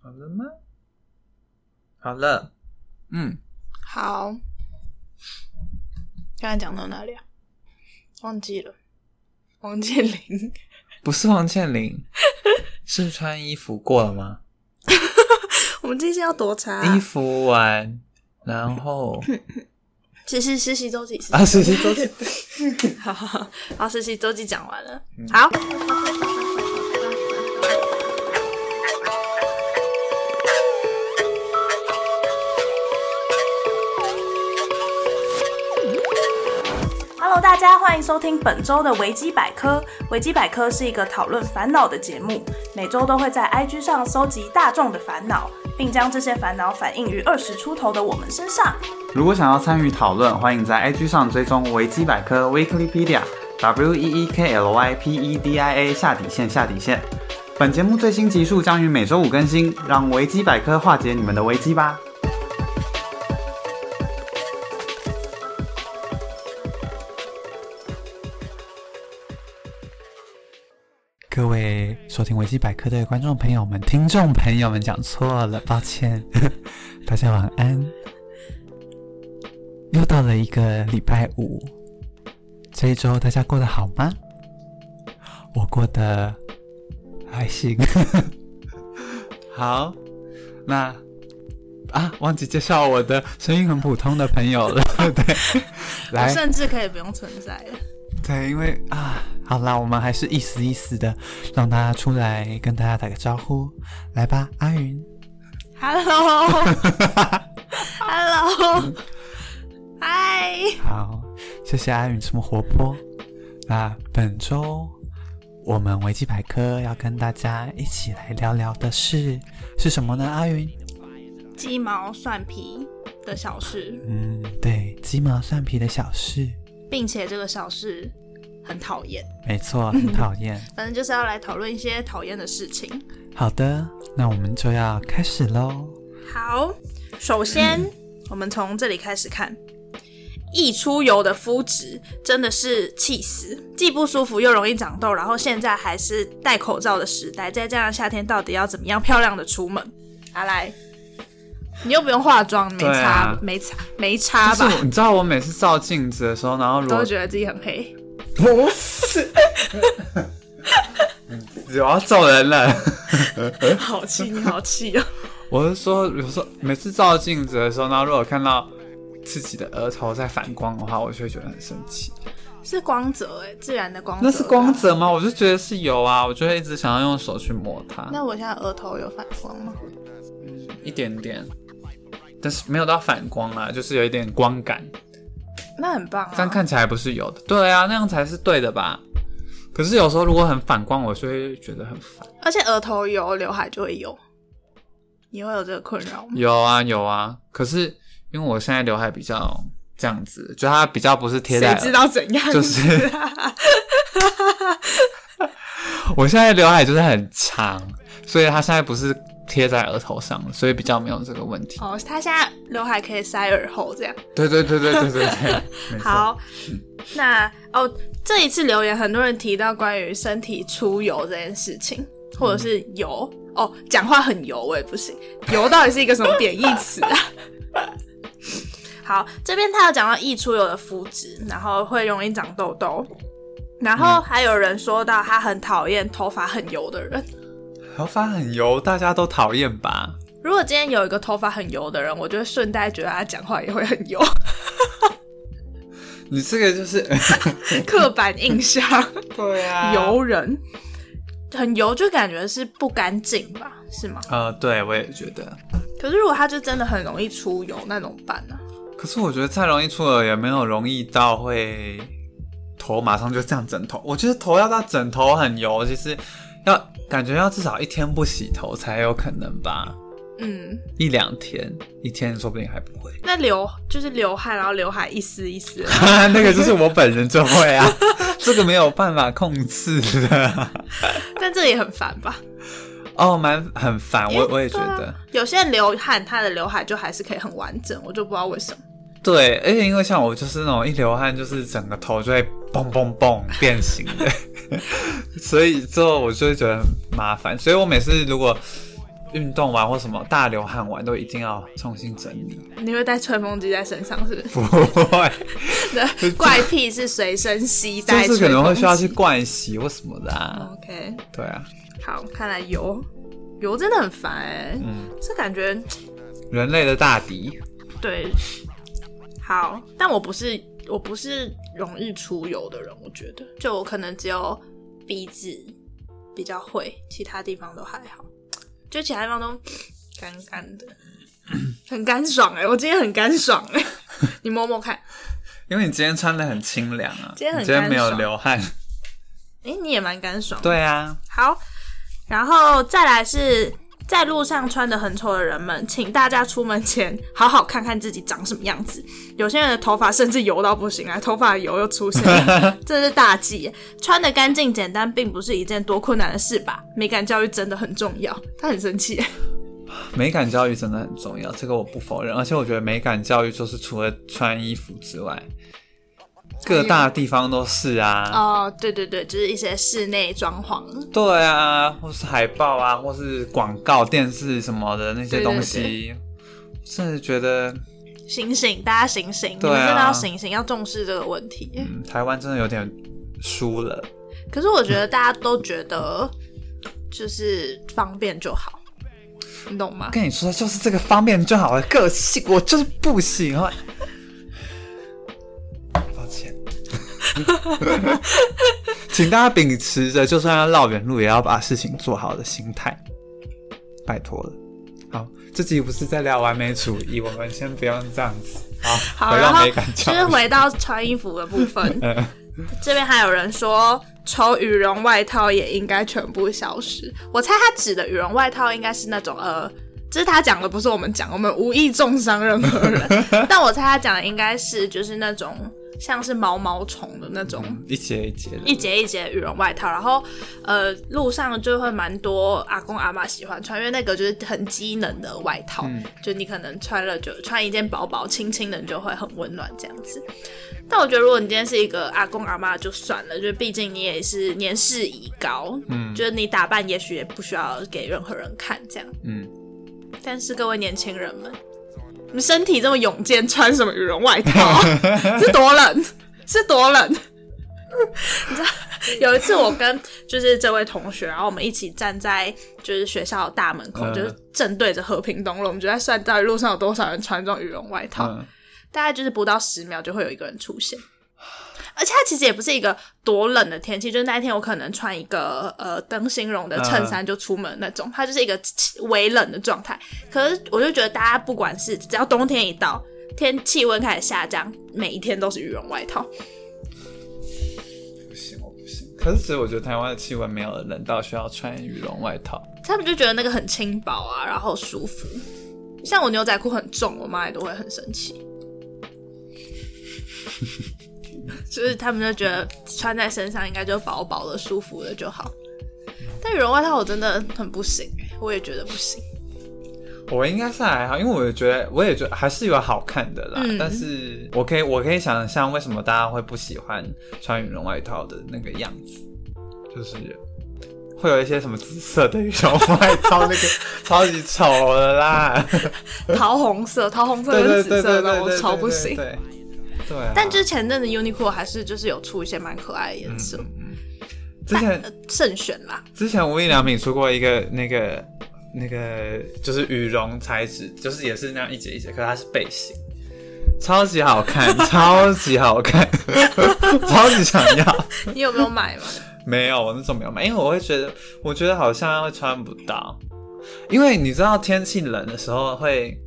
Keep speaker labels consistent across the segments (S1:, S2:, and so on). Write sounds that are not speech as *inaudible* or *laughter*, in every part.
S1: 好了吗？好了，嗯，
S2: 好，刚才讲到哪里啊？忘记了，王健林，
S1: 不是王健 *laughs* 林，是穿衣服过了吗？
S2: *laughs* 我们这些要啊多查、
S1: 衣服完，然 *laughs* 后
S2: 实习实习周记，实习
S1: 啊，是是都是
S3: *laughs*
S2: 好好好，好，实习周记讲完了，好。
S3: Hello，大家欢迎收听本周的维基百科。维基百科是一个讨论烦恼的节目，每周都会在 IG 上搜集大众的烦恼，并将这些烦恼反映于二十出头的我们身上。
S4: 如果想要参与讨论，欢迎在 IG 上追踪维基百科 Weeklypedia W E E K L Y P E D I A 下底线下底线。本节目最新集数将于每周五更新，让维基百科化解你们的危机吧。各位收听维基百科的观众朋友们、听众朋友们，讲错了，抱歉。 *laughs* 大家晚安。又到了一个礼拜五，这一周大家过得好吗？我过得还行。 *laughs* 好，那啊，忘记介绍我的声音很普通的朋友了。 *laughs* 对，来，
S2: 甚至可以不用存在了。
S4: 对，因为啊，好啦，我们还是意思意思的让他出来跟大家打个招呼，来吧，阿云。
S2: Hello，Hello，嗨，
S4: 好，谢谢阿云这么活泼。那本周我们维基百科要跟大家一起来聊聊的是是什么呢？阿云，
S2: 鸡毛蒜皮的小事，
S4: 嗯，对，鸡毛蒜皮的小事，
S2: 并且这个小事很讨厌，
S4: 没错，很讨
S1: *laughs*
S4: 厌。
S2: 反正就是要来讨论一些讨厌的事情。
S4: 好的，那我们就要开始喽。
S2: 好，首先、 *clears throat* 我们从这里开始看。溢出油的肤质真的是气死，既不舒服又容易长痘，然后现在还是戴口罩的时代，再这样夏天到底要怎么样漂亮的出门？阿来，你又不用化妆，没
S1: 对
S2: 差，
S1: 啊
S2: 没差，没差吧
S1: 就？是我你知道我每次照镜子的时候，然后如
S2: 都
S1: 果
S2: 会觉得自己很黑。
S1: 不是，我要走啊人了。
S2: 好气，你好气哦！
S1: 我是说，有时候每次照镜子的时候，然后如果看到自己的额头在反光的话，我就会觉得很生气。
S2: *laughs* 是光泽哎、自然的光泽。
S1: 那是光。泽吗？我就觉得是有啊，我就会一直想要用手去摸它，
S2: 那我现在额头有反光吗？
S1: 一点点，但是没有到反光啊，就是有一点光感，
S2: 那很棒啊！
S1: 这样看起来不是有的。对啊，那样才是对的吧？可是有时候如果很反光，我就会觉得很烦。
S2: 而且额头油，刘海就会油。你会有这个困扰吗？
S1: 有啊有啊，可是因为我现在刘海比较这样子，就它比较不是贴在
S2: 谁，知道怎样、啊？
S1: 就是
S2: *laughs*
S1: *laughs* 我现在刘海就是很长，所以它现在不是贴在额头上，所以比较没有这个问题。
S2: 哦，他现在刘海可以塞耳后这样。
S1: 对对对对对对对，没错。
S2: *laughs* 好，那哦，这一次留言很多人提到关于身体出油这件事情，或者是油、哦，讲话很油我也不行，油到底是一个什么贬义词啊？ *laughs* 好，这边他有讲到易出油的肤质，然后会容易长痘痘，然后
S1: 嗯
S2: 还有人说到他很讨厌头发很油的人。
S1: 头发很油，大家都讨厌吧？
S2: 如果今天有一个头发很油的人，我就会顺带觉得他讲话也会很油， *laughs*
S1: 你这个就是， *laughs*
S2: 刻板印象。
S1: 对啊
S2: 油人，很油就感觉是不干净吧，是吗？
S1: 呃，对我也觉得。
S2: 可是如果它就真的很容易出油，那怎么办呢、
S1: 可是我觉得再容易出油也没有容易到会头马上就这样枕头。我觉得头要到枕头很油，其实要感觉要至少一天不洗头才有可能吧，
S2: 嗯，
S1: 一两天，一天说不定还不会。 *laughs*
S2: 那刘就是刘海，然后刘海一丝一丝的， *laughs*
S1: 那个就是我本人就会啊， *laughs* 这个没有办法控制的。
S2: 但这也很烦吧？
S1: 哦，蛮很烦，
S2: 因为
S1: 我我也觉
S2: 对
S1: 得。
S2: 啊有些人流汗，他的刘海就还是可以很完整，我就不知道为什么。
S1: 对，而且因为像我就是那种一流汗就是整个头就会嘣嘣嘣变形 *laughs* 的，所以之后我就会觉得很麻烦。所以我每次如果运动完或什么大流汗完都一定要重新整理。 *laughs*
S2: 你会带吹风机在身上是不是？
S1: 不会， *laughs*
S2: 对，怪癖是随身携
S1: 就
S2: 带，
S1: 是可能会需要去。灌洗或什么的啊。
S2: OK，
S1: *laughs* 对啊，
S2: 好，看来油油真的很烦哎、
S1: 嗯，
S2: 这感觉
S1: 人类的大敌。
S2: 对，好，但我不是我不是容易出油的人，我觉得就我可能只有鼻子比较会，其他地方都还好，就其他地方都干干的，很干爽哎、我今天很干爽哎、 *laughs* 你摸摸看，
S1: 因为你今天穿的很清凉啊，
S2: 今天很
S1: 你今天没有
S2: 干爽
S1: 流
S2: *laughs*
S1: 汗。
S2: 哎、你也蛮干爽的，
S1: 对啊，
S2: 好，然后再来是在路上穿的很丑的人们，请大家出门前好好看看自己长什么样子。有些人的头发甚至油到不行啊，头发油又
S1: *laughs*
S2: 出现了，这是大忌。穿的干净简单，并不是一件多困难的事吧？美感教育真的很重要。他很生
S1: 啊
S2: 气，
S1: 美感教育真的很重要，这个我不否认。而且我觉得美感教育就是除了穿衣服之外，各大地方都是啊。
S2: 哦，对对对，就是一些室内装潢，
S1: 对啊，或是海报啊，或是广告、电视什么的那些东西，甚至觉得，
S2: 醒醒，大家醒醒，你
S1: 对啊
S2: 们真的要醒醒，要重视这个问题。
S1: 嗯，台湾真的有点输了。
S2: 可是我觉得大家都觉得就是方便就好，你懂吗？
S1: 跟你说，就是这个方面就好了，个性我就是不行啊。抱歉，请大家秉持着就算要绕远路也要把事情做好的心态，拜托了。好，这集不是在聊完美主义，我们先不用这样子。好，
S2: 好，
S1: 回
S2: 然
S1: 到
S2: 后
S1: 美感教
S2: 就是
S1: 育，
S2: 回到穿衣服的部分
S1: *laughs* 嗯
S2: 这边还有人说抽羽绒外套也应该全部消失。我猜他指的羽绒外套应该是那种呃，这是他讲的，不是我们讲，我们无意重伤任何人。
S1: *laughs*
S2: 但我猜他讲的应该是就是那种像是毛毛虫的那种。
S1: 一节一节的，
S2: 一节一节羽绒外套，然后呃路上就会蛮多阿公阿妈喜欢穿，因为那个就是很机能的外套，
S1: 嗯
S2: 就你可能穿了就穿一件薄薄轻轻的，你就会很温暖这样子。但我觉得如果你今天是一个阿公阿妈就算了，就是毕竟你也是年事已高，
S1: 嗯
S2: 就是你打扮也许也不需要给任何人看这样。
S1: 嗯，
S2: 但是各位年轻人们，你们身体这么勇健，穿什么羽绒外 *laughs* 套？是多冷，是多 *laughs* 冷。你知道有一次我跟就是这位同学，然后我们一起站在就是学校大门口，
S1: 嗯
S2: 就是正对着和平东路，我们就在算到底路上有多少人穿这种羽绒外套，
S1: 嗯
S2: 大概就是不到十秒就会有一个人出现。而且它其实也不是一个多冷的天气，就是那一天我可能穿一个呃灯芯绒的衬衫就出门那种，它就是一个微冷的状态。可是我就觉得大家不管是只要冬天一到，天气温开始下降，每一天都是羽绒外套。
S1: 不行，我不行。可是其实我觉得台湾的气温没有冷到需要穿羽绒外套。
S2: 他们就觉得那个很轻薄啊，然后舒服。像我牛仔裤很重，我妈也都会很生
S1: *laughs*
S2: 气。就是他们就觉得穿在身上应该就薄薄的、舒服的就好。但羽绒外套我真的很不行，我也觉得不
S1: *laughs*
S2: 行。
S1: 我应该是还好，因为我觉得我也觉得还是有好看的啦。
S2: 嗯
S1: 但是我可以我可以想象为什么大家会不喜欢穿羽绒外套的那个样子，就是会有一些什么紫色的羽绒外套，那个 *laughs* 超级丑的
S2: *laughs*
S1: 啦。
S2: 桃红色、桃红色
S1: 对
S2: 跟
S1: 对
S2: 紫
S1: 对对
S2: 色的
S1: 对，
S2: 我
S1: 对
S2: 超不行。
S1: 对，对对啊嗯
S2: 但就是前阵子 Uniqlo 还是就是有出一些蛮可爱的颜色，呃
S1: 之前
S2: 慎选
S1: *laughs*
S2: 啦。
S1: 之前无印良品出过一个那个那个就是羽绒材质，就是也是那样一节一节，可是它是背心，超级好看，超级好看，超级想要。
S2: 你有没有买吗？
S1: 没有，我那种没有买，因为我会觉得，我觉得好像会穿不到，因为你知道天气冷的时候会，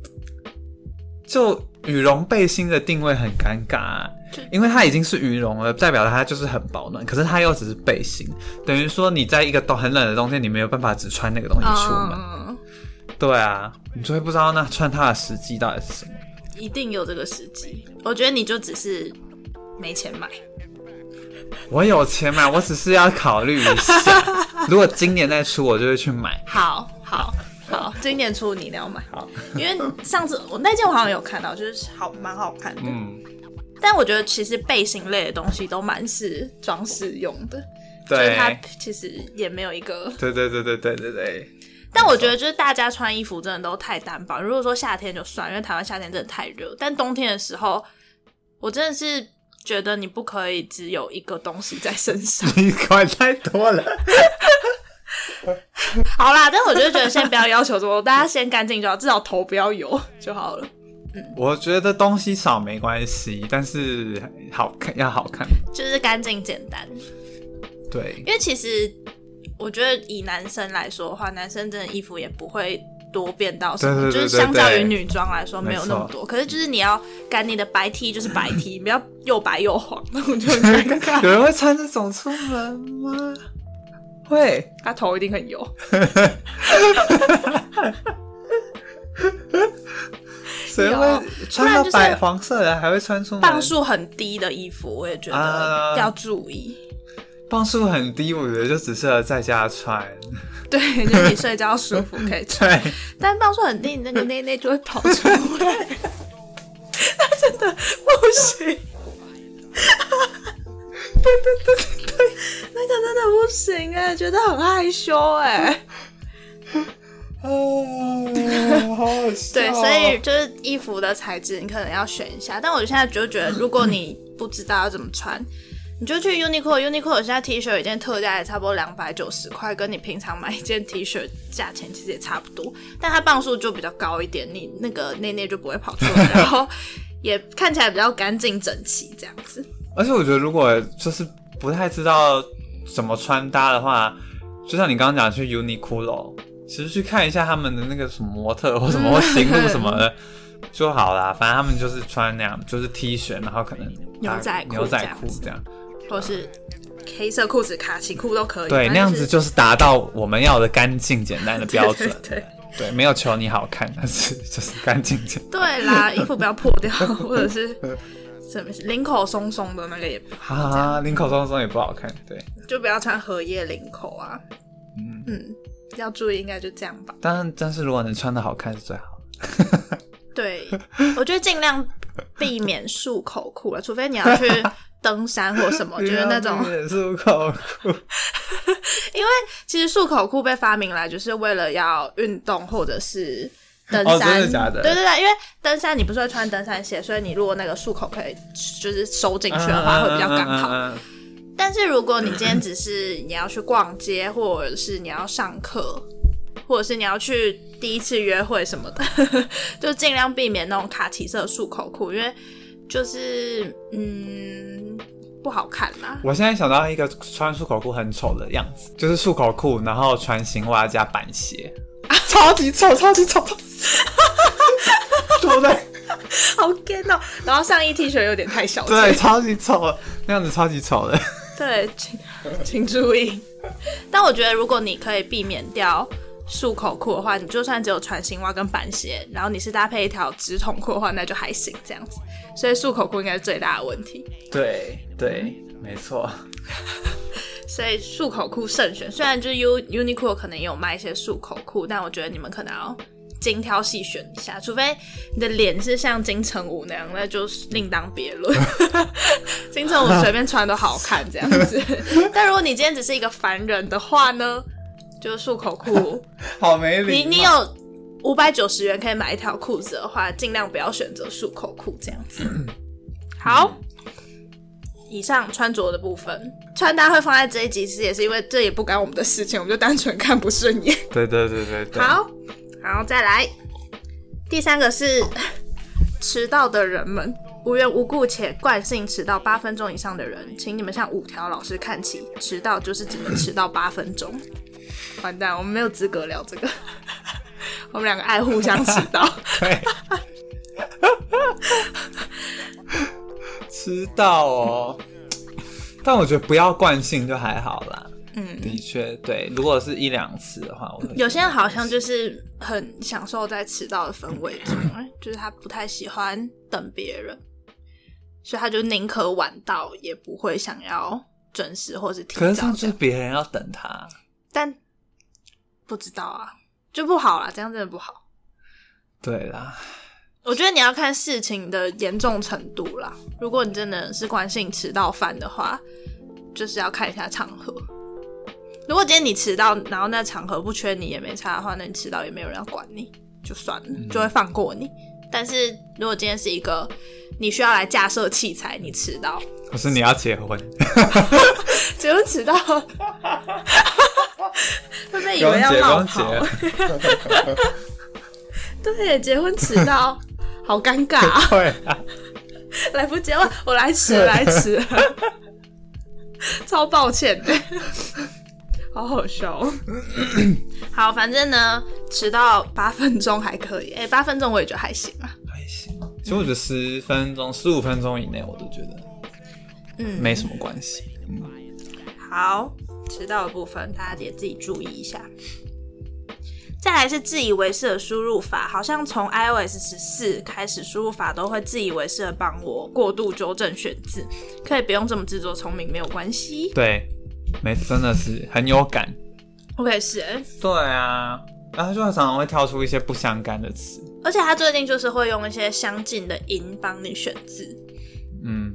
S1: 就羽绒背心的定位很尴尬啊、
S2: 就
S1: 因为它已经是羽绒了，代表它就是很保暖，可是它又只是背心，等于说你在一个冬很冷的冬天，你没有办法只穿那个东西出门，
S2: 嗯，
S1: 对啊，你就会不知道那穿它的实际到底是什么。
S2: 一定有这个时机。我觉得你就只是没钱买，
S1: 我有钱买，我只是要考虑一下，如果今年再出，我就会去买。
S2: 好好好，今年初你一定要买，好，因为上次我那件我好像有看到，就是好蛮好看的。
S1: 嗯，
S2: 但我觉得其实背心类的东西都蛮是装饰用的，就是
S1: 对。
S2: 它其实也没有一个。
S1: 对对对对对对对，
S2: 但我觉得就是大家穿衣服真的都太单薄。如果说夏天就算，因为台湾夏天真的太热，但冬天的时候，我真的是觉得你不可以只有一个东西在身上。
S1: 你管太多了。
S2: *laughs* 好啦，但我就觉得先不要要求这么多， *laughs* 大家先干净就好，至少头不要油就好了。
S1: 我觉得东西少没关系，但是好看要好看。
S2: 就是干净简单。
S1: 对，
S2: 因为其实我觉得以男生来说的话，男生真的衣服也不会多变到什么，
S1: 对对对
S2: 就是
S1: 对
S2: 相较于
S1: 对
S2: 女装来说没有那么
S1: 没错
S2: 多。可是就是你要赶你的白 T 就是白 T，不要又白又黄，那我就很尴尬。
S1: *laughs* *laughs* 有人会穿这种出门吗？会，
S2: 他头一定很油，
S1: 谁
S2: 有
S1: 会穿
S2: 不然
S1: 到
S2: 就是
S1: 白黄色的还会穿出门？
S2: 磅数很低的衣服，我也觉得
S1: 啊
S2: 要注意。
S1: 磅数很低，我觉得就只适合在家穿。
S2: 对，就你睡觉舒服可以穿，
S1: *laughs* 对，
S2: 但磅数很低，你那 *laughs* 个内内就会跑出 *laughs* 来，那真的不行。那个真的不行哎、觉得很害羞哎、
S1: 啊，好好笑。
S2: 对，所
S1: 哦
S2: 以就是衣服的材质，你可能要选一下。但我现在就觉得，如果你不知道要怎么穿，你就去 Uniqlo，Uniqlo 现在 T 恤有一件特价也差不多两百九十块，跟你平常买一件 T 恤价钱其实也差不多，但它磅数就比较高一点，你那个内内就不会跑出
S1: *laughs*
S2: 来，然后也看起来比较干净整齐这样子。
S1: 而且我觉得，如果就是不太知道怎么穿搭的话，就像你刚刚讲去 Uniqlo，其实去看一下他们的那个什么模特或什么
S2: 嗯
S1: 或
S2: *laughs*
S1: 行路什么的就好啦。反正他们就是穿那样，就是 T 恤，然后可能搭
S2: 牛仔裤
S1: 牛仔裤
S2: 这样子
S1: 这样。
S2: 或是黑色裤子、卡其裤都可以。
S1: 对，
S2: 反
S1: 那
S2: 正
S1: 样子
S2: 是
S1: 就是达到我们要的干净简单的标准。
S2: *laughs* 对对
S1: 对没有求你好看，但是就是干净简单。
S2: 对啦，衣服不要破
S1: *laughs*
S2: 掉，或者是什么领口松松的那个也不好， *laughs*
S1: 啊，领口松松也不好看，对。
S2: 就不要穿荷叶领口啊。嗯要注意，应该就这样吧。
S1: 但但是如果能穿的好看是最好的。
S2: 对，
S1: *laughs*
S2: 我觉得尽量避免束口裤啊了，除非你要去登山或
S1: *laughs*
S2: 什么，就是那
S1: 啊
S2: 种。
S1: 束口裤。
S2: 其实束口裤被发明来就是为了要运动或者是。登
S1: 哦
S2: 山，
S1: 真的假的
S2: 对对对，因为登山你不是会穿登山鞋，所以你如果那个束口可以就是收 *laughs* 进去的话，会比较刚好。
S1: 嗯。嗯嗯嗯嗯
S2: 但是如果你今天只是你要去逛街，或者是你要上课，或者是你要去第一次约会什么的， *laughs* 就尽量避免那种卡其色束口裤，因为就是嗯不好看啊啦。
S1: 我现在想到一个穿束口裤很丑的样子，就是束口裤，然后穿型袜加板鞋，超级丑，超级丑，超级丑对不对？
S2: 好 g 哦！然后上衣 T 恤有点太小，
S1: 对，超级丑，那样子超级丑的。
S2: *laughs* 对，请请注意。 *laughs* 但我觉得，如果你可以避免掉束口裤的话，你就算只有穿新袜跟板鞋，然后你是搭配一条直筒裤的话，那就还行这样子。所以束口裤应该是最大的问题。
S1: 对对，没错。
S2: 所以束口裤慎选，虽然就是 U Uniqlo 可能也有卖一些束口裤，但我觉得你们可能要精挑细选一下，除非你的脸是像金城武那样，那就是另当别论。金城武随便穿都好看这样子，但如果你今天只是一个凡人的话呢，就是束口裤，
S1: 好没礼
S2: 你
S1: 貌
S2: 你有五百九十元可以买一条裤子的话，尽量不要选择束口裤这样子。
S1: 嗯
S2: 好，以上穿着的部分，穿搭会放在这一集，其实也是因为这也不干我们的事情，我们就单纯看不顺眼。
S1: 对对对对 *laughs* 对。
S2: 好，然后再来，第三个是 *laughs* 迟到的人们。无缘无故且惯性迟到八分钟以上的人，请你们向五条老师看齐，迟到就是只能迟到八分钟。 *laughs* 完蛋，我们没有资格聊这个， *laughs* 我们两个爱互相迟
S1: *laughs*
S2: 到。
S1: 对。知道哦，但我觉得不要惯性就还好啦。嗯，的确，对，如果是一两次的话，我会
S2: 有些人好像就是很享受在迟到的氛围中，哎就是他不太喜欢等别人，所以他就宁可晚到，也不会想要准时或是提
S1: 可是
S2: 早
S1: 上
S2: 这
S1: 次
S2: 样。
S1: 别人要等他，
S2: 但不知道啊，就不好啦，这样真的不好。
S1: 对啦，
S2: 我觉得你要看事情的严重程度啦。如果你真的是惯性迟到犯的话，就是要看一下场合。如果今天你迟到，然后那场合不缺你也没差的话，那你迟到也没有人要管你，就算了，就会放过你。但是如果今天是一个你需要来架设器材，你迟 *laughs* 到，
S1: 可是你要结婚，
S2: 结婚迟到，会不会以
S1: 不用
S2: 为要
S1: 结，不
S2: 闹
S1: 用
S2: 跑？
S1: 结，
S2: 对，结婚
S1: *laughs*
S2: 迟到，好尴尬、啊。
S1: 对啊，
S2: 来不及了，我来迟了，来迟了，超抱
S1: *laughs*
S2: 歉的，好好笑、哦。好，反正呢，迟到八分钟还可以，哎、八分钟我也觉得还行啊。
S1: 还行。其实我觉得十分钟、十五分钟以内，我都觉得
S2: 嗯，
S1: 没什么关系。嗯
S2: 好，迟到的部分大家也自己注意一下。再来是自以为是的输入法，好像从 iOS 十四开始，输入法都会自以为是的帮我过度纠正选字，可以不用这么自作聪明，没有关系。
S1: 对，没真的是很有感。
S2: 我也是、哎
S1: 对啊，然后就常常会跳出一些不相干的词。
S2: 而且他最近就是会用一些相近的音帮你选字，
S1: 嗯，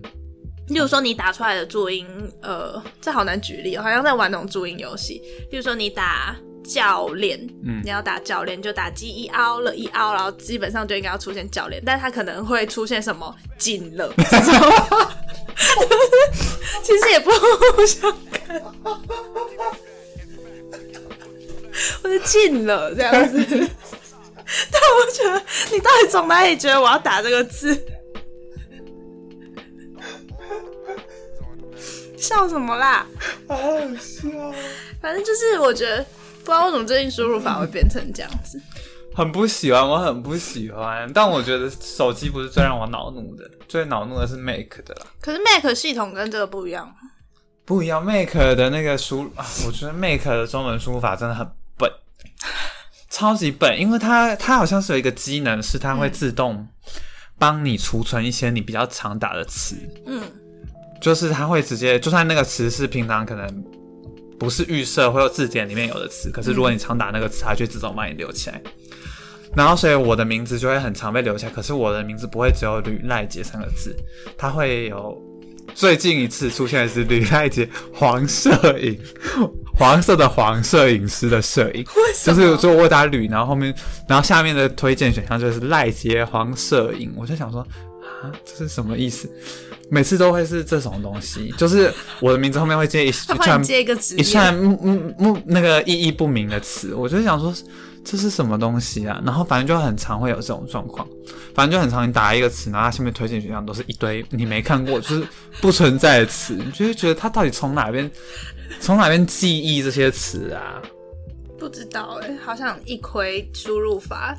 S2: 例如说你打出来的注音，呃，这好难举例、哦，好像在玩那种注音游戏。例如说你打教练，
S1: 嗯
S2: 你要打教练就打 G 一凹了一凹，然后基本上就应该要出现教练，但他可能会出现什么紧了这种话，其实也不相干，我就进了这样子。但我觉得你到底从哪里觉得我要打这个字？笑什么啦？
S1: 好好笑，哦
S2: 反正就是我觉得，不知道为什么最近输入法会变成这样子。
S1: 很不喜欢，我很不喜欢。但我觉得手机不是最让我恼怒的，最恼怒的是 Make 的啦。
S2: 可是 Mac 系统跟这个不一样，
S1: 不一样，Make 的那个输啊，我觉得 Make 的中文输入法真的很笨，超级笨，因为它它好像是有一个机能，是它会自动帮你储存一些你比较常打的词，
S2: 嗯，
S1: 就是它会直接，就算那个词是平常可能不是预设或者字典里面有的词，可是如果你常打那个词，它就会自动帮你留起来。然后，所以我的名字就会很常被留下，可是我的名字不会只有吕赖杰三个字，它会有最近一次出现的是吕赖杰黄摄影，黄色的黄摄影师的摄影，就是就我打吕，然后后面然后下面的推荐选项就是赖杰黄摄影，我就想说啊，这是什么意思？每次都会是这种东西，就是我的名字后面会接一
S2: 他
S1: 串
S2: *laughs* 换接一个职
S1: 一
S2: 业，
S1: 串目目目那个意义不明的词，我就想说这是什么东西啊？然后反正就很常会有这种状况，反正就很常你打一个词，然后它下面推荐选项都是一堆你没看过，就是不存在的词，你就会觉得它到底从哪边从哪边记忆这些词啊？
S2: 不知道哎、好像一窥输入法。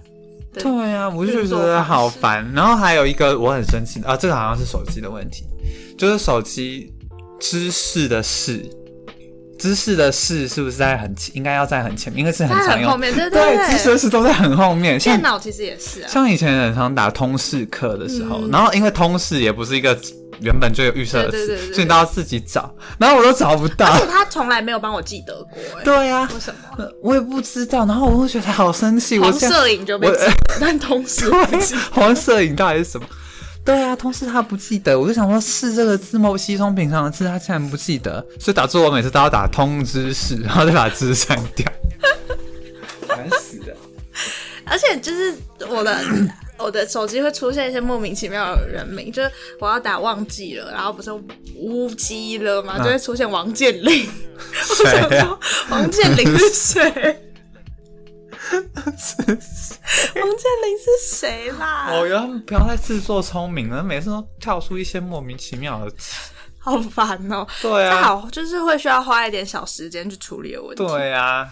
S2: 对
S1: 对呀、我就
S2: 运
S1: 觉
S2: 作
S1: 得
S2: 方
S1: 好
S2: 式
S1: 烦。然后还有一个我很生气的啊，这个好像是手机的问题，就是手机知识的识，知识的识是不是在很前应该要在很前面？应该是很
S2: 它
S1: 常
S2: 很
S1: 用
S2: 后。面，对
S1: 对，知识的识都在很后面。像
S2: 电脑其实也是啊，
S1: 像以前很常打通识课的时候，
S2: 嗯
S1: 然后因为通识也不是一个原本就有预设的词，
S2: 对对对对
S1: 所以你都要自己找，然后我都找不到
S2: *laughs* 而。且他从来没有帮我记得过哎、
S1: 对呀、
S2: 为什么？
S1: 呃我也不知道，然后我会觉得好生气。我
S2: 黄
S1: 现在
S2: 摄影就被
S1: 我
S2: 记得，但
S1: *laughs*
S2: 同时不记得
S1: 黄摄影到底是什么？对啊，同事他不记得，我就想说“是”这个字么稀松平常的字，他竟然不记得，所以导致我每次都要打“通知室”，然后再把“知”删掉，烦死 *laughs* 了。
S2: 而且就是我的 *clears throat* 我的手机会出现一些莫名其妙的人名，就是我要打忘记了，然后不是乌鸡了吗？就会出现王健林。 *laughs* 我想
S1: 嗯谁啊
S2: 说？王健林是
S1: *laughs*
S2: 谁？王健林是谁啦？
S1: 我哦原来不要再自作聪明了，每次都跳出一些莫名其妙的词。
S2: 好烦哦、
S1: 对
S2: 这
S1: 啊，
S2: 好，就是会需要花一点小时间去处理的问题。
S1: 对啊，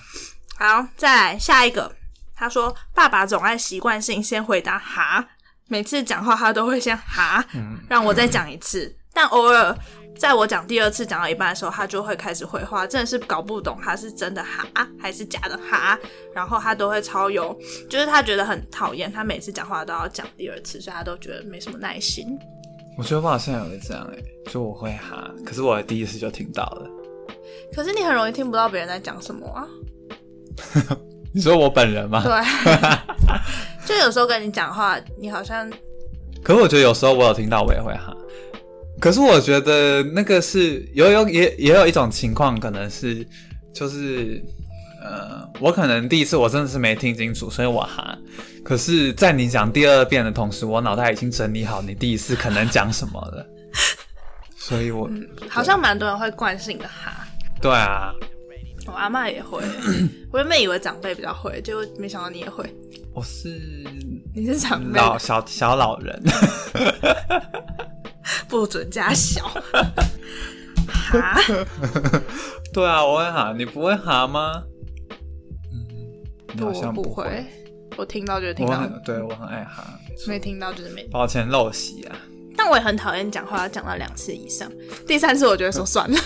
S2: 好，再来下一个。他说：“爸爸总爱习惯性先回答‘哈’，每次讲话他都会先‘哈’，让我再讲一次。但偶尔在我讲第二次讲到一半的时候，他就会开始回话，真的是搞不懂他是真的‘哈’还是假的‘哈’。然后他都会超有，就是他觉得很讨厌，他每次讲话都要讲第二次，所以他都觉得没什么耐心。
S1: 我觉得我好像也会这样哎、就我会哈，可是我第一次就听到了。
S2: 可是你很容易听不到别人在讲什么啊。”
S1: 你说我本人吗？
S2: 对， *laughs* 就有时候跟你讲话，你好像
S1: 可是我觉得有时候我有听到我也会哈。可是我觉得那个是有有也也有一种情况，可能是就是呃，我可能第一次我真的是没听清楚，所以我哈。可是，在你讲第二遍的同时，我脑袋已经整理好你第一次可能讲什么
S2: *laughs*
S1: 了，所以我
S2: 好像蛮多人会惯性的哈。
S1: 对啊，
S2: 我阿嬷
S1: *clears throat*
S2: 也会，我原本以为长辈比较会，结果没想到你也会。
S1: 我是
S2: 你是长辈，
S1: 老小小老人， *laughs*
S2: 不准
S1: *laughs*
S2: 加小。哈，
S1: 对啊，我会哈，你不会哈吗？嗯，你好
S2: 我
S1: 像
S2: 不
S1: 会，
S2: 会，我听到就是听
S1: 我
S2: 到，
S1: 很对我很爱哈，
S2: 没听到就是没。
S1: 抱歉陋习啊。
S2: 但我也很讨厌讲话要讲到两次以上，第三次我就会说算了。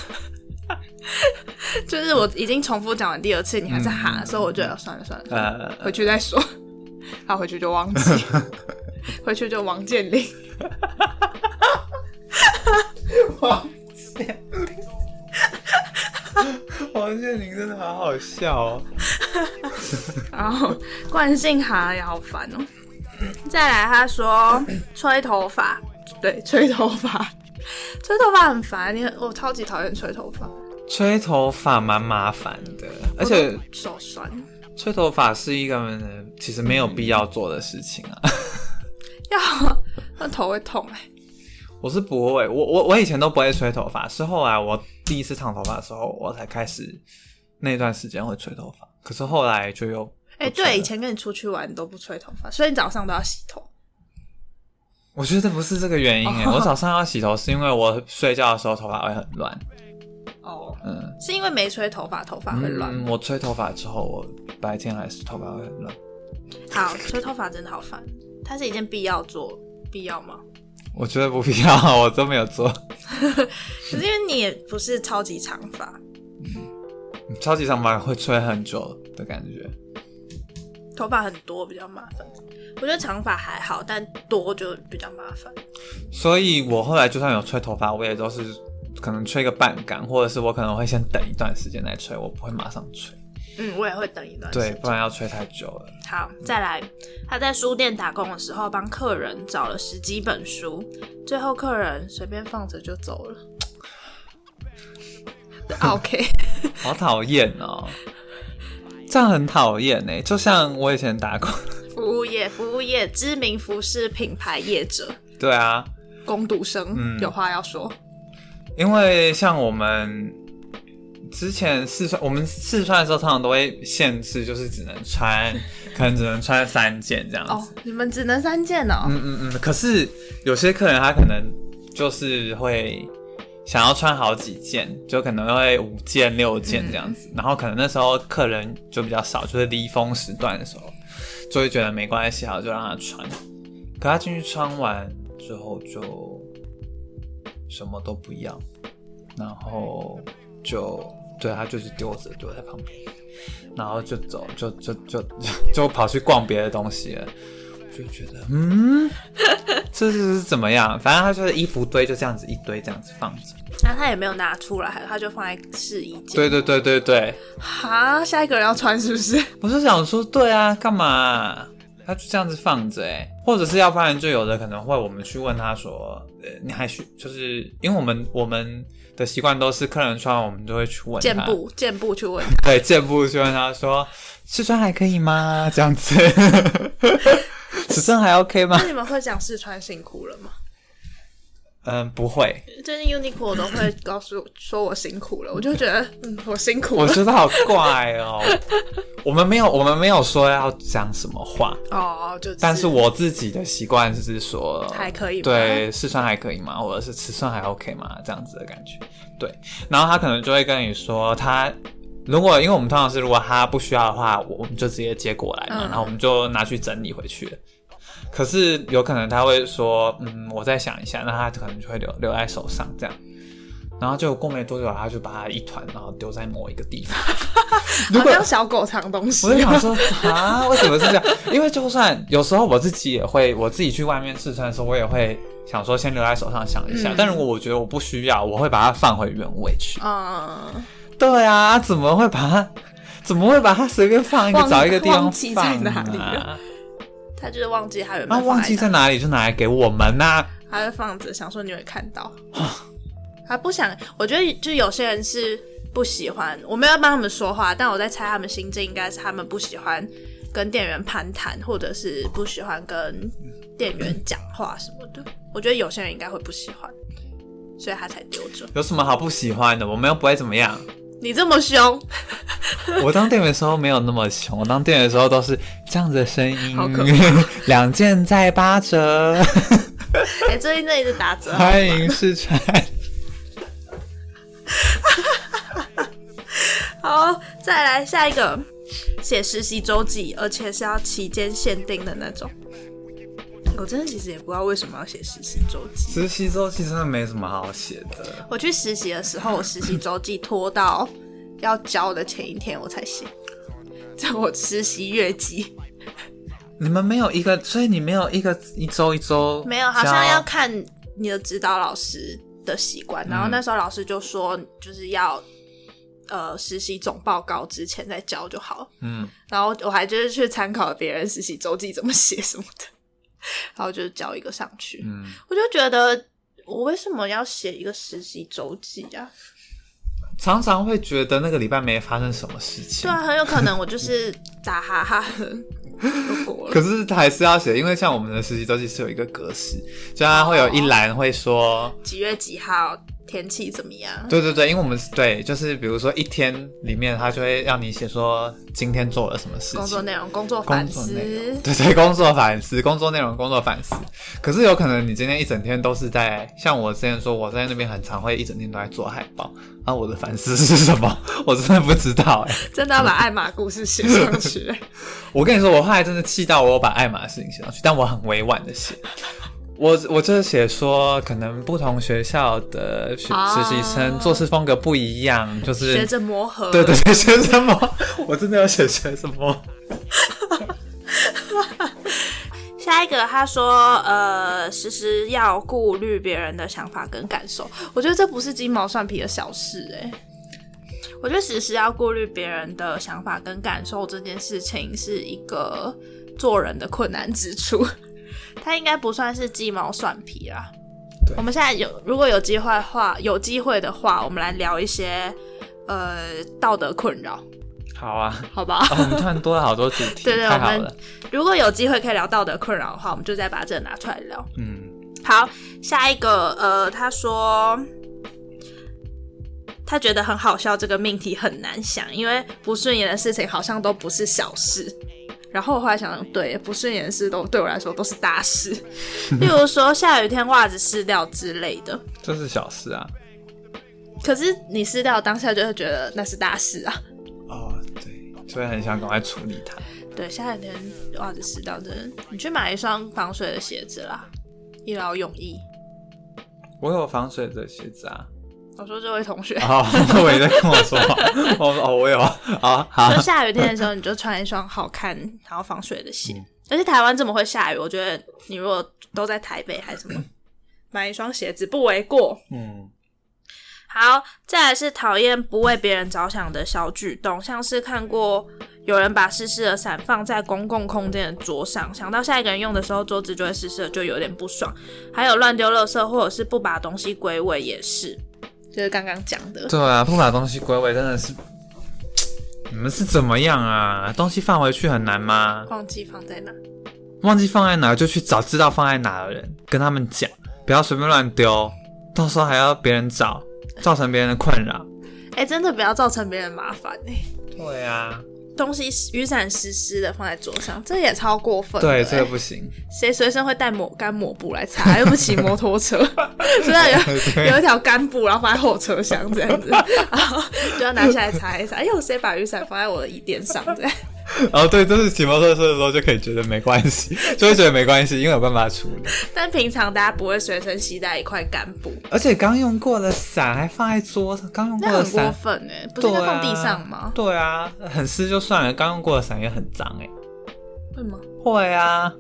S2: *laughs* 就是我已经重复讲完第二次，你还是哈，所以我就要算了算了，
S1: 嗯呃，
S2: 回去再说。然后回去就忘记，
S1: *laughs*
S2: 回去就王健林。
S1: 王健林真的好好笑哦。
S2: 然后惯性哈也好烦哦。再来，他说吹头发，对，吹头发，吹头发很烦，你我超级讨厌吹头发，
S1: 吹头发蛮麻烦的，而且
S2: 手酸。
S1: 吹头发是一个呃其实没有必要做的事情啊。 *laughs*
S2: 要那头会痛哎、
S1: 我是不会，我我我以前都不会吹头发，是后来我第一次烫头发的时候，我才开始那段时间会吹头发，可是后来就又
S2: 哎、
S1: 不吹了
S2: 对，以前跟你出去玩你都不吹头发，所以你早上都要洗头。
S1: 我觉得不是这个原因哎、我早上要洗头是因为我睡觉的时候头发会很乱，
S2: 哦，
S1: 嗯，
S2: 是因为没吹头发，头发会乱。
S1: 嗯我吹头发之后，我白天还是头发会很乱，
S2: 好，吹头发真的好烦，它是一件必要做，必要吗？
S1: 我觉得不必要，我都没有做。
S2: 可是因为你也不是超级长发，
S1: 超级长发会吹很久的感觉，
S2: 头发很多比较麻烦。我觉得长发还好，但多就比较麻烦。
S1: 所以我后来就算有吹头发，我也都是可能吹个半干，或者是我可能会先等一段时间再吹，我不会马上吹，
S2: 嗯，我也会等一段时
S1: 对，
S2: 间。
S1: 不然要吹太久了。
S2: 好，再来，他在书店打工的时候，帮客人找了十几本书，最后客人随便放着就
S1: *laughs*
S2: 走了。OK，
S1: 好讨厌哦，这样很讨厌呢。就像我以前打工，
S2: 服务业，服务业，知名服饰品牌业者，
S1: *laughs* 对啊，
S2: 工读生、
S1: 嗯
S2: 有话要说。
S1: 因为像我们之前试穿，我们试穿的时候通常都会限制，就是只能穿，可能只能穿三件这样子。
S2: 哦，你们只能三件哦。
S1: 嗯嗯嗯，可是有些客人他可能就是会想要穿好几件，就可能会五件六件这样子，然后可能那时候客人就比较少，就是离峰时段的时候，就会觉得没关系，好就让他穿。可他进去穿完之后就什么都不要，然后就对他就是丢着丢在旁边，然后就走就就就就跑去逛别的东西了。就觉得，嗯，这是怎么样？反正他就是衣服堆就这样子一堆这样子放着。
S2: 那、他也没有拿出来，他就放在试衣间。
S1: 对对对对对，
S2: 哈，下一个人要穿是不是？
S1: 我就想说，对啊，干嘛、他就这样子放着哎、或者是要不然就有的可能会我们去问他说，呃，你还需就是因为我们我们的习惯都是客人穿完我们就会去问
S2: 健
S1: 他，
S2: 步，健步去
S1: *laughs*
S2: 问他。
S1: 对健步去问他说试穿还可以吗？这样子，
S2: *laughs*
S1: 尺寸还 OK 吗
S2: 那？你们会讲试穿辛苦了吗？
S1: 嗯，不会，
S2: 最近 Uniqlo 都会告诉我说我辛苦了，我就觉得嗯，我辛苦
S1: 我
S2: 了。
S1: 觉得好怪哦。我们没有，我们没有说要讲什么话，
S2: 哦，就
S1: 但是我自己的习惯是说
S2: 还可以吗
S1: 对，试穿还可以吗？或者是尺寸还 OK 吗？这样子的感觉。对，然后他可能就会跟你说，他如果因为我们通常是如果他不需要的话，我我们就直接接过来嘛，
S2: 嗯
S1: 然后我们就拿去整理回去了。可是有可能他会说，嗯，我再想一下，那他可能就会留留在手上这样。然后就过没多久，他就把它一团，然后丢在某一个地方。 *laughs* 如
S2: *laughs* 好
S1: 果
S2: 像小狗藏东西
S1: 我。就想说啊，为什么是这样？因为就算有时候我自己也会，我自己去外面试穿的时候，我也会想说先留在手上想一下。
S2: 嗯
S1: 但如果我觉得我不需要，我会把它放回原位去。
S2: 嗯，
S1: 对啊，怎么会把它？怎么会把它随便放一个
S2: 忘
S1: 找一个地方
S2: 忘记在
S1: 放
S2: 哪里
S1: 啊
S2: 了？他就是忘记还有没
S1: 那
S2: 有
S1: 啊忘
S2: 放
S1: 记
S2: 在
S1: 在哪里就拿来给我们呐、
S2: 哪，他会放着，想说你会看到。他不想，我觉得就有些人是不喜欢，我没有帮他们说话，但我在猜他们心境应该是他们不喜欢跟店员攀谈，或者是不喜欢跟店员讲话什么的。我觉得有些人应该会不喜欢，所以他才丢着。
S1: 有什么好不喜欢的？我们又不会怎么
S2: *laughs*
S1: 样。
S2: 你这么凶，
S1: 我当店员的时候没有那么凶，我当店员的时候都是这样子的声音
S2: 好可，
S1: *laughs* 两件在八折， *laughs*
S2: 哎、最近这一直打折，
S1: 欢迎试穿。
S2: 好，再来下一个，写实习周记，而且是要期间限定的那种。我真的其实也不知道为什么要写实习周记。
S1: 实习周其实真的没什么好写的，
S2: 我去实习的时候，我实习周记拖到要交的前一天我才写，这我实习月记
S1: 你们没有一个，所以你没有一个一周一周
S2: 没有，好像要
S1: 交
S2: 看你的指导老师的习惯。然后那时候老师就说，就是要呃实习总报告之前再交就好了。
S1: 嗯，
S2: 然后我还就是去参考别人实习周记怎么写什么的， *laughs* 然后就交一个上去。
S1: 嗯
S2: 我就觉得我为什么要写一个实习周记啊？
S1: 常常会觉得那个礼拜没发生什么事情
S2: 对，啊，很有可能
S1: *laughs*
S2: 我就是打哈哈的就过了。
S1: 可是还是要写，因为像我们的实习周记是有一个格式，就它会有一栏会说，
S2: 几月几号，天气怎么样？
S1: 对对对，因为我们是对，就是比如说一天里面，它就会让你写说今天做了什么事
S2: 工作
S1: 情。
S2: 内容、工作
S1: 工
S2: 反
S1: 作
S2: 思，
S1: 内容，对对，工作反思，工作内容，工作反思。可是有可能你今天一整天都是在，像我之前说，我在那边很常会一整天都在做海报，啊，我的反思是什么？ *laughs* 我真的不知道哎、
S2: 真的要把艾玛故事写上去。
S1: 我跟你说，我后来真的气到我有把艾玛的事情写上去，但我很委婉的写。我我就是写说，可能不同学校的学
S2: 啊
S1: 实习生做事风格不一样， *laughs* 就是
S2: 学着磨合，
S1: 对对对，学什么？ *laughs* 我真的要写学什么？
S2: 下一个，他说，呃，时时要顾虑别人的想法跟感受。我觉得这不是鸡毛蒜皮的小事、欸，我觉得时时要顾虑别人的想法跟感受这件事情是一个做人的困难之处， *laughs* 它应该不算是鸡毛蒜皮啦
S1: 对。
S2: 我们现在有，如果有机会的话，有机会的话，我们来聊一些，呃，道德困扰，
S1: 好啊，
S2: 好不好？
S1: 哦、我们突然多了好多主题，
S2: *laughs* 对对，
S1: 太
S2: 我
S1: 好
S2: 们
S1: 了。
S2: 如果有机会可以聊道德困扰的话，我们就再把这个拿出来聊。
S1: 嗯，
S2: 好，下一个，呃，他说他觉得很好笑，这个命题很难想，因为不顺眼的事情好像都不是小事。然后我后来想，对，不顺眼的事都对我来说都是大事，例如说下雨天袜子湿掉之类的。
S1: 这是小事啊。
S2: 可是你湿掉当下就会觉得那是大事啊。
S1: 哦，对，就会很想赶快处理它。
S2: 对，下雨天袜子湿掉真的，你去买一双防水的鞋子啦，一劳永逸。
S1: 我有防水的鞋子啊。
S2: 我说这位同学，
S1: 哦， *laughs* 我也在跟我说话。哦哦，我有啊。啊好
S2: 就，下雨天的时候，你就穿一双好看然后防水的鞋。而且台湾这么会下雨，我觉得你如果都在台北还是什么，买一双鞋子不为过。
S1: 嗯，
S2: 好，再来是讨厌不为别人着想的小举动，像是看过有人把湿湿的伞放在公共空间的桌上，想到下一个人用的时候，桌子就会湿湿的，就有点不爽。还有乱丢垃圾或者是不把东西归位也是，就是刚刚讲的。
S1: 对啊，不把东西归位真的是，你们是怎么样啊？东西放回去很难吗？
S2: 忘记放在哪，
S1: 忘记放在哪就去找知道放在哪的人，跟他们讲，不要随便乱丢，到时候还要别人找，造成别人的困扰。
S2: 哎、真的不要造成别人麻烦哎、
S1: 对啊，
S2: 东西雨伞湿湿的放在桌上，这也超过分的欸。
S1: 对，这个不行。
S2: 谁随身会带抹干抹布来擦？又 *laughs* 不骑摩托车，所以有有一条干布，然后放在后车厢这
S1: *laughs*
S2: 样子，然后就要拿下来擦一擦。哎呦，谁把雨伞放在我的椅垫上？这
S1: *laughs*
S2: 样
S1: 哦，对，就是骑摩托车的时候就可以觉得没关 *laughs* 系，就会觉得没关系，因为有办法处理。
S2: 但平常大家不会随身携带一块干布，
S1: 而且刚用过的伞还放在桌上，刚用过
S2: 那
S1: 的
S2: 很过
S1: 伞
S2: 分哎、不是应该放地上吗？
S1: 对啊，对啊很湿就算了，刚用过的伞也很脏哎、
S2: 会吗？
S1: 会啊，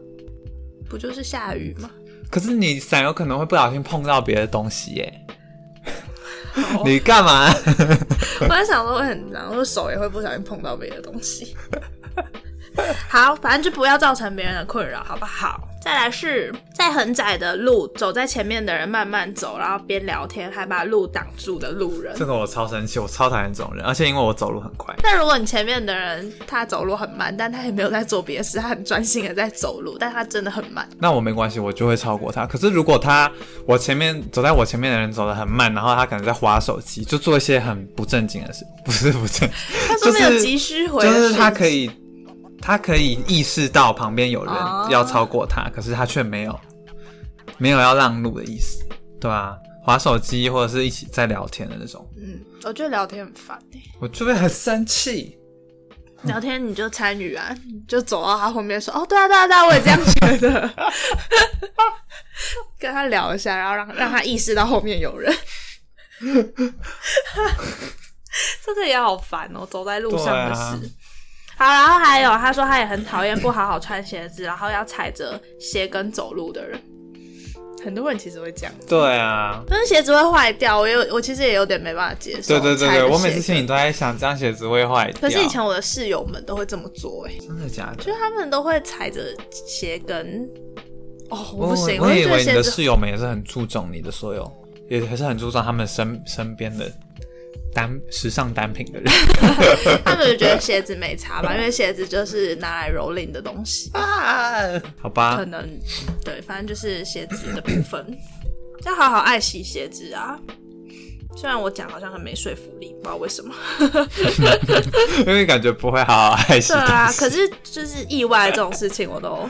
S2: 不就是下雨吗？
S1: 可是你伞有可能会不小心碰到别的东西耶、
S2: 哦
S1: *laughs* 你干嘛？
S2: *laughs* 我在想说会很脏，我手也会不小心碰 *laughs* 到别的东西。好，反正就不要造成别人的困扰，好不好？再来是在很窄的路，走在前面的人慢慢走，然后边聊天还把路挡住的路人
S1: 这。个我超生气，我超讨厌这种人，而且因为我走路很快，
S2: 但如果你前面的人他走路很慢，但他也没有在做别的事，他很专心的在走路，但他真的很慢。
S1: 那我没关系，我就会超过他。可是如果他我前面走在我前面的人走得很慢，然后他可能在划手机，就做一些很不正经的事， *laughs* 不是不正，
S2: 他说没有急需回的
S1: 就
S2: 事情、
S1: 是他可以，他可以意识到旁边有人
S2: 哦
S1: 要超过他，可是他却没有没有要让路的意思，对啊？划手机或者是一起在聊天的那种，
S2: 嗯，我觉得聊天很烦、欸、
S1: 我就会很生气。
S2: 聊天你就参与啊，你就走到他后面说：“哦，对啊，对啊，对啊，我也这样觉得。” *laughs* 跟他聊一下，然后让让他意识到后面 *laughs* 有人。这个也好烦哦，走在路上的
S1: 啊
S2: 事。好，然后还有他说他也很讨厌不好好穿鞋子，然后要踩着鞋跟走路的人。很多人其实会 *laughs* 这样，
S1: 对啊，
S2: 但是鞋子会坏掉，我有我其实也有点没办法接
S1: 对
S2: 受。
S1: 对对
S2: 踩
S1: 对，
S2: 着
S1: 我每次心
S2: 鞋跟
S1: 里都在想，这样鞋子会坏掉。
S2: 可是以前我的室友们都会这么做、欸，
S1: 真的假的？
S2: 就是他们都会踩着鞋跟。哦，
S1: 我
S2: 我不行，
S1: 我
S2: 就
S1: 以
S2: 觉得
S1: 为你
S2: 鞋
S1: 的
S2: 子
S1: 室友们也是很注重你的所有，也还是很注重他们身身边的单时尚单品
S2: *laughs*
S1: 的人。
S2: *laughs* 他们就觉得鞋子没
S1: *laughs*
S2: 差吧，因为鞋子就是拿来蹂躏的东西，
S1: 好吧
S2: 可，能对，反正就是鞋子的部分，要好好爱惜鞋子啊。虽然我讲好像很没说服力，不知道为什
S1: *laughs*
S2: 么。
S1: 因为感觉不会好好爱惜
S2: 对
S1: 东西。
S2: 啊，可是就是意外这种事情，我都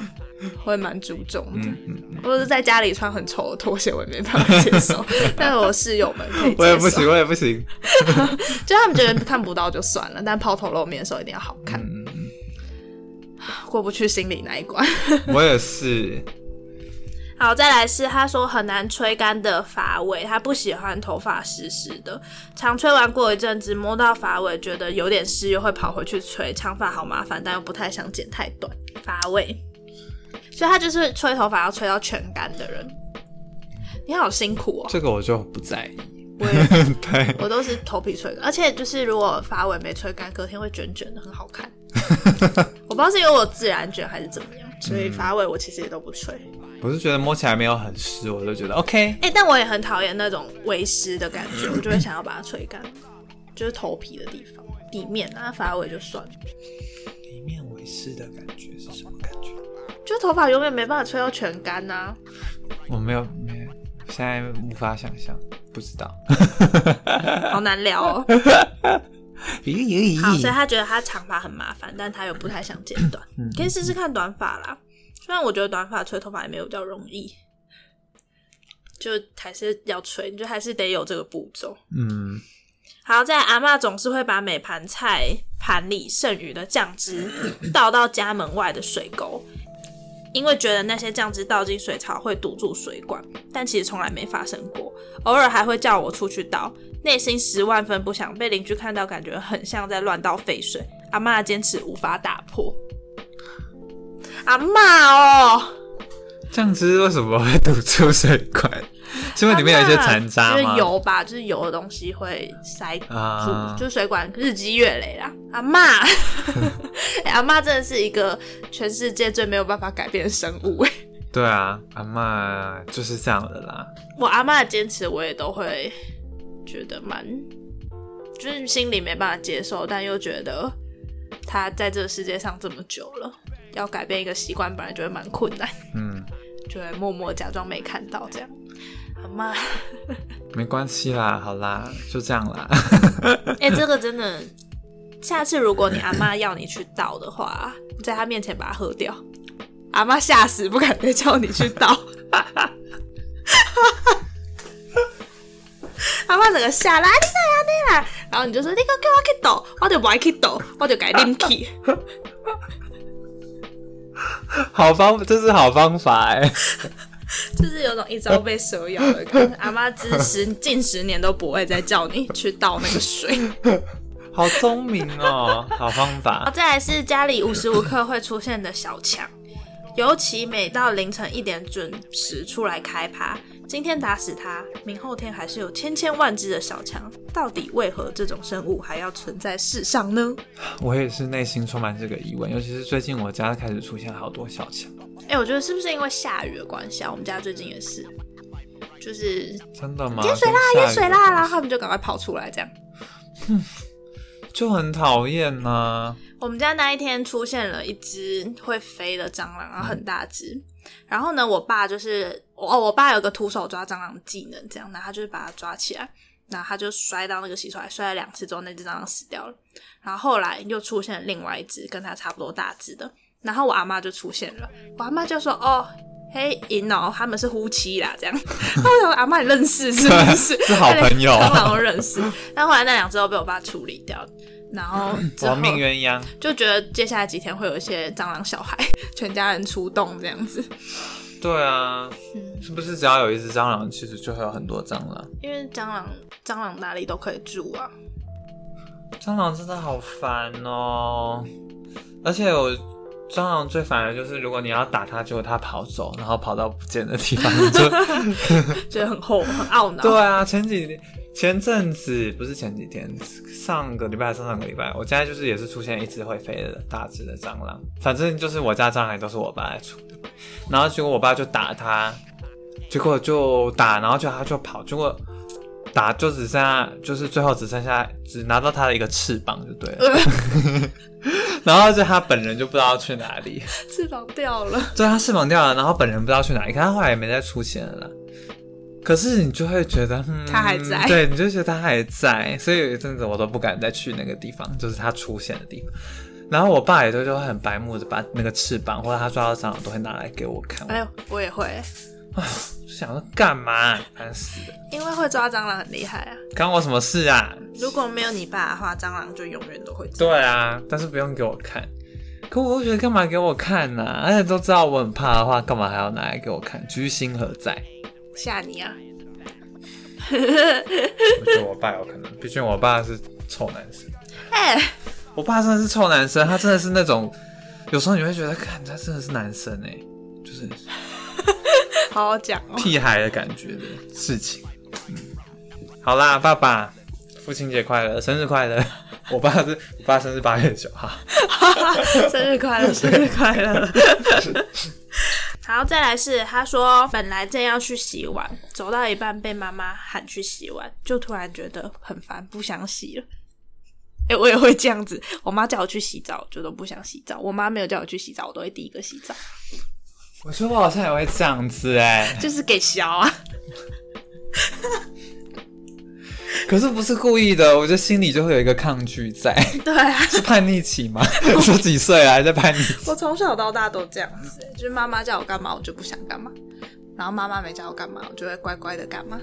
S2: 会蛮注重的。
S1: 嗯
S2: 或者是在家里穿很丑的拖鞋，我也没办法接
S1: *laughs*
S2: 受，但是我室友们可以接受。
S1: 我也不行，我也不行。
S2: 就他们觉得看不到就算了，但抛头露面的时候一定要好看，
S1: 嗯，
S2: 过不去心里那一关。
S1: 我也是。
S2: *laughs* 好，再来是他说很难吹干的发尾，他不喜欢头发湿湿的，常吹完过一阵子摸到发尾觉得有点湿，又会跑回去吹。长发好麻烦，但又不太想剪太短发尾，所以他就是吹头发要吹到全干的人。你好辛苦哦，
S1: 这个我就不在意。
S2: 我也
S1: 对，
S2: 我都是头皮吹干，而且就是如果发尾没吹干，隔天会卷卷的，很好看。我不知道是因为我自然卷还是怎么样，所以发尾我其实也都不吹。
S1: 我是觉得摸起来没有很湿，我就觉得 OK。
S2: 哎、但我也很讨厌那种微湿的感觉，我就会想要把它吹干，就是头皮的地方底面啊，发尾就算了。
S1: 里面为湿的感觉是什么感觉？
S2: 就头发永远没办法吹到全干啊呐、
S1: 我没有，没有，现在无法想象，不知道。 *laughs*
S2: 好难聊哦。
S1: 咦咦
S2: 好，所以他觉得他长发很麻烦，但他又不太想剪短，可以试试看短发啦。虽然我觉得短发吹头发也没有比较容易，就还是要吹，你就还是得有这个步骤。
S1: 嗯，
S2: 好，在阿嬷总是会把每盘菜盘里剩余的
S1: *clears throat*
S2: 酱汁倒到家门外的水沟，因为觉得那些酱汁倒进水槽会堵住水管，但其实从来没发生过。偶尔还会叫我出去倒，内心十万分不想被邻居看到，感觉很像在乱倒废水。阿嬷的坚持无法打破。阿嬷哦，
S1: 酱汁为什么会堵住水管？是因为里面有一些残渣
S2: 啊就是
S1: 吗？
S2: 油吧，就是油的东西会塞住，
S1: 啊
S2: 就是水管日积月累啦。阿嬷，欸阿嬷真的是一个全世界最没有办法改变的生物。欸
S1: 对啊，阿嬷就是这样的啦。
S2: 我阿嬷的坚持，我也都会觉得蛮，就是心里没办法接受，但又觉得她在这个世界上这么久了，要改变一个习惯本来就会蛮困难，
S1: 嗯，
S2: 就会默默假装没看到这样。阿嬷。
S1: 没关系啦，好啦，就这样啦。 *laughs*
S2: *laughs* 哎、这个真的，下次如果你阿妈要你去倒的话，你在她面前把它喝掉，阿妈吓死不敢再叫你去倒。 *laughs* 阿妈整个吓啦，啊你哪样你啦？然后你就说你个叫我去倒，我就不爱去倒，我就改拎去。
S1: 好方，这是好方法哎、
S2: 就是有种一朝被蛇咬的感觉。阿妈之十近十年都不会再叫你去倒那个水。
S1: 好聪明哦，好方
S2: 好，
S1: 法。
S2: 再来是家里无时无刻会出现的小强，尤其每到凌晨一点准时出来开趴，今天打死它，明后天还是有千千万只的小强。到底为何这种生物还要存在世上呢？
S1: 我也是内心充满这个疑问，尤其是最近我家开始出现好多小强，
S2: 哎、我觉得是不是因为下雨的关系啊？我们家最近也是，就是
S1: 真的吗？
S2: 淹水啦，
S1: 啊跟下雨
S2: 淹水啦，
S1: 有关
S2: 然后
S1: 系
S2: 他们就赶快跑出来这样。
S1: 就很讨厌呐。
S2: 我们家那一天出现了一只会飞的蟑螂，然后很大只。然后呢，我爸就是哦，我爸有个徒手抓蟑螂技能，这样，然后他就是把它抓起来，然后他就摔到那个洗手台，摔了两次之后，那只蟑螂死掉了。然后后来又出现了另外一只跟它差不多大只的，然后我阿妈就出现了，我阿妈就说哦。嘿，银哦，他们是夫妻啦，
S1: *laughs*
S2: 这样。然后我想说阿妈，你认识是不是？
S1: 是好朋友
S2: 蟑螂我认识。但后来那两只都被我爸处理掉，
S1: *laughs*
S2: 然后之后
S1: 亡命鸳鸯，
S2: 就觉得接下来几天会有一些蟑螂小孩，全家人出动这样子。
S1: 对啊，
S2: 嗯，
S1: 是不是只要有一只蟑螂，其实就会有很多蟑螂？
S2: 因为蟑螂蟑螂哪里都可以住啊。
S1: 蟑螂真的好烦哦，而且我蟑螂最烦的就是，如果你要打它，结果它跑走，然后跑到不见的地方，你就
S2: 觉得很后很懊恼。
S1: 对啊，前几天前阵子不是前几天，上个礼拜上上个礼拜，我家就是也是出现一只会飞的大只的蟑螂，反正就是我家蟑螂也都是我爸在处理，然后结果我爸就打它，结果就打，然后就它就跑，结果打就只剩下就是最后只剩下只拿到它的一个翅膀就对了， *laughs* 然后就它本人就不知道去哪里。
S2: 翅膀掉了，
S1: 对，他翅膀掉了，然后本人不知道去哪里，可他后来也没再出现了啦。可是你就会觉得，嗯，
S2: 他还在
S1: 对，你就觉得他还在，所以有一阵子我都不敢再去那个地方，就是他出现的地方。然后我爸也都就很白目的把那个翅膀或者他抓到蟑螂都会拿来给我看，
S2: 哎呦，我也会，
S1: 就想说干嘛，烦死了，
S2: 因为会抓蟑螂很厉害啊。
S1: 干我什么事啊？
S2: 如果没有你爸的话，蟑螂就永远都会在。
S1: 对啊，但是不用给我看。可我又觉得干嘛给我看呢、而且都知道我很怕的话，干嘛还要拿来给我看？居心何在？
S2: 吓你啊！
S1: 我觉得我爸有可能，毕竟我爸是臭男生。
S2: 哎、
S1: 我爸真的是臭男生，他真的是那种，有时候你会觉得，看他真的是男生哎、就是
S2: 好好讲哦。
S1: 屁孩的感觉的事情。嗯、好啦，爸爸，父亲节快乐，生日快乐！我爸是我爸生日八月九号，
S2: *laughs* 生日快乐，生日快 *laughs* 乐。好，再来是他说，本来正要去洗碗，走到一半被妈妈喊去洗碗，就突然觉得很烦，不想洗了。哎、我也会这样子，我妈叫我去洗澡，我就都不想洗澡。我妈没有叫我去洗澡，我都会第一个洗澡， *laughs*
S1: 我觉得我好像也会这样子哎、
S2: 就是给小啊。
S1: *laughs*
S2: *laughs*
S1: 可是不是故意的，我觉得心里就会有一个抗拒在， *laughs*
S2: 对啊，
S1: 是叛逆期吗？ *laughs* 说几岁啊，还在叛逆期？
S2: 我从小到大都这样子、就是妈妈叫我干嘛，我就不想干嘛；然后妈妈没叫我干嘛，我就会乖乖的干嘛。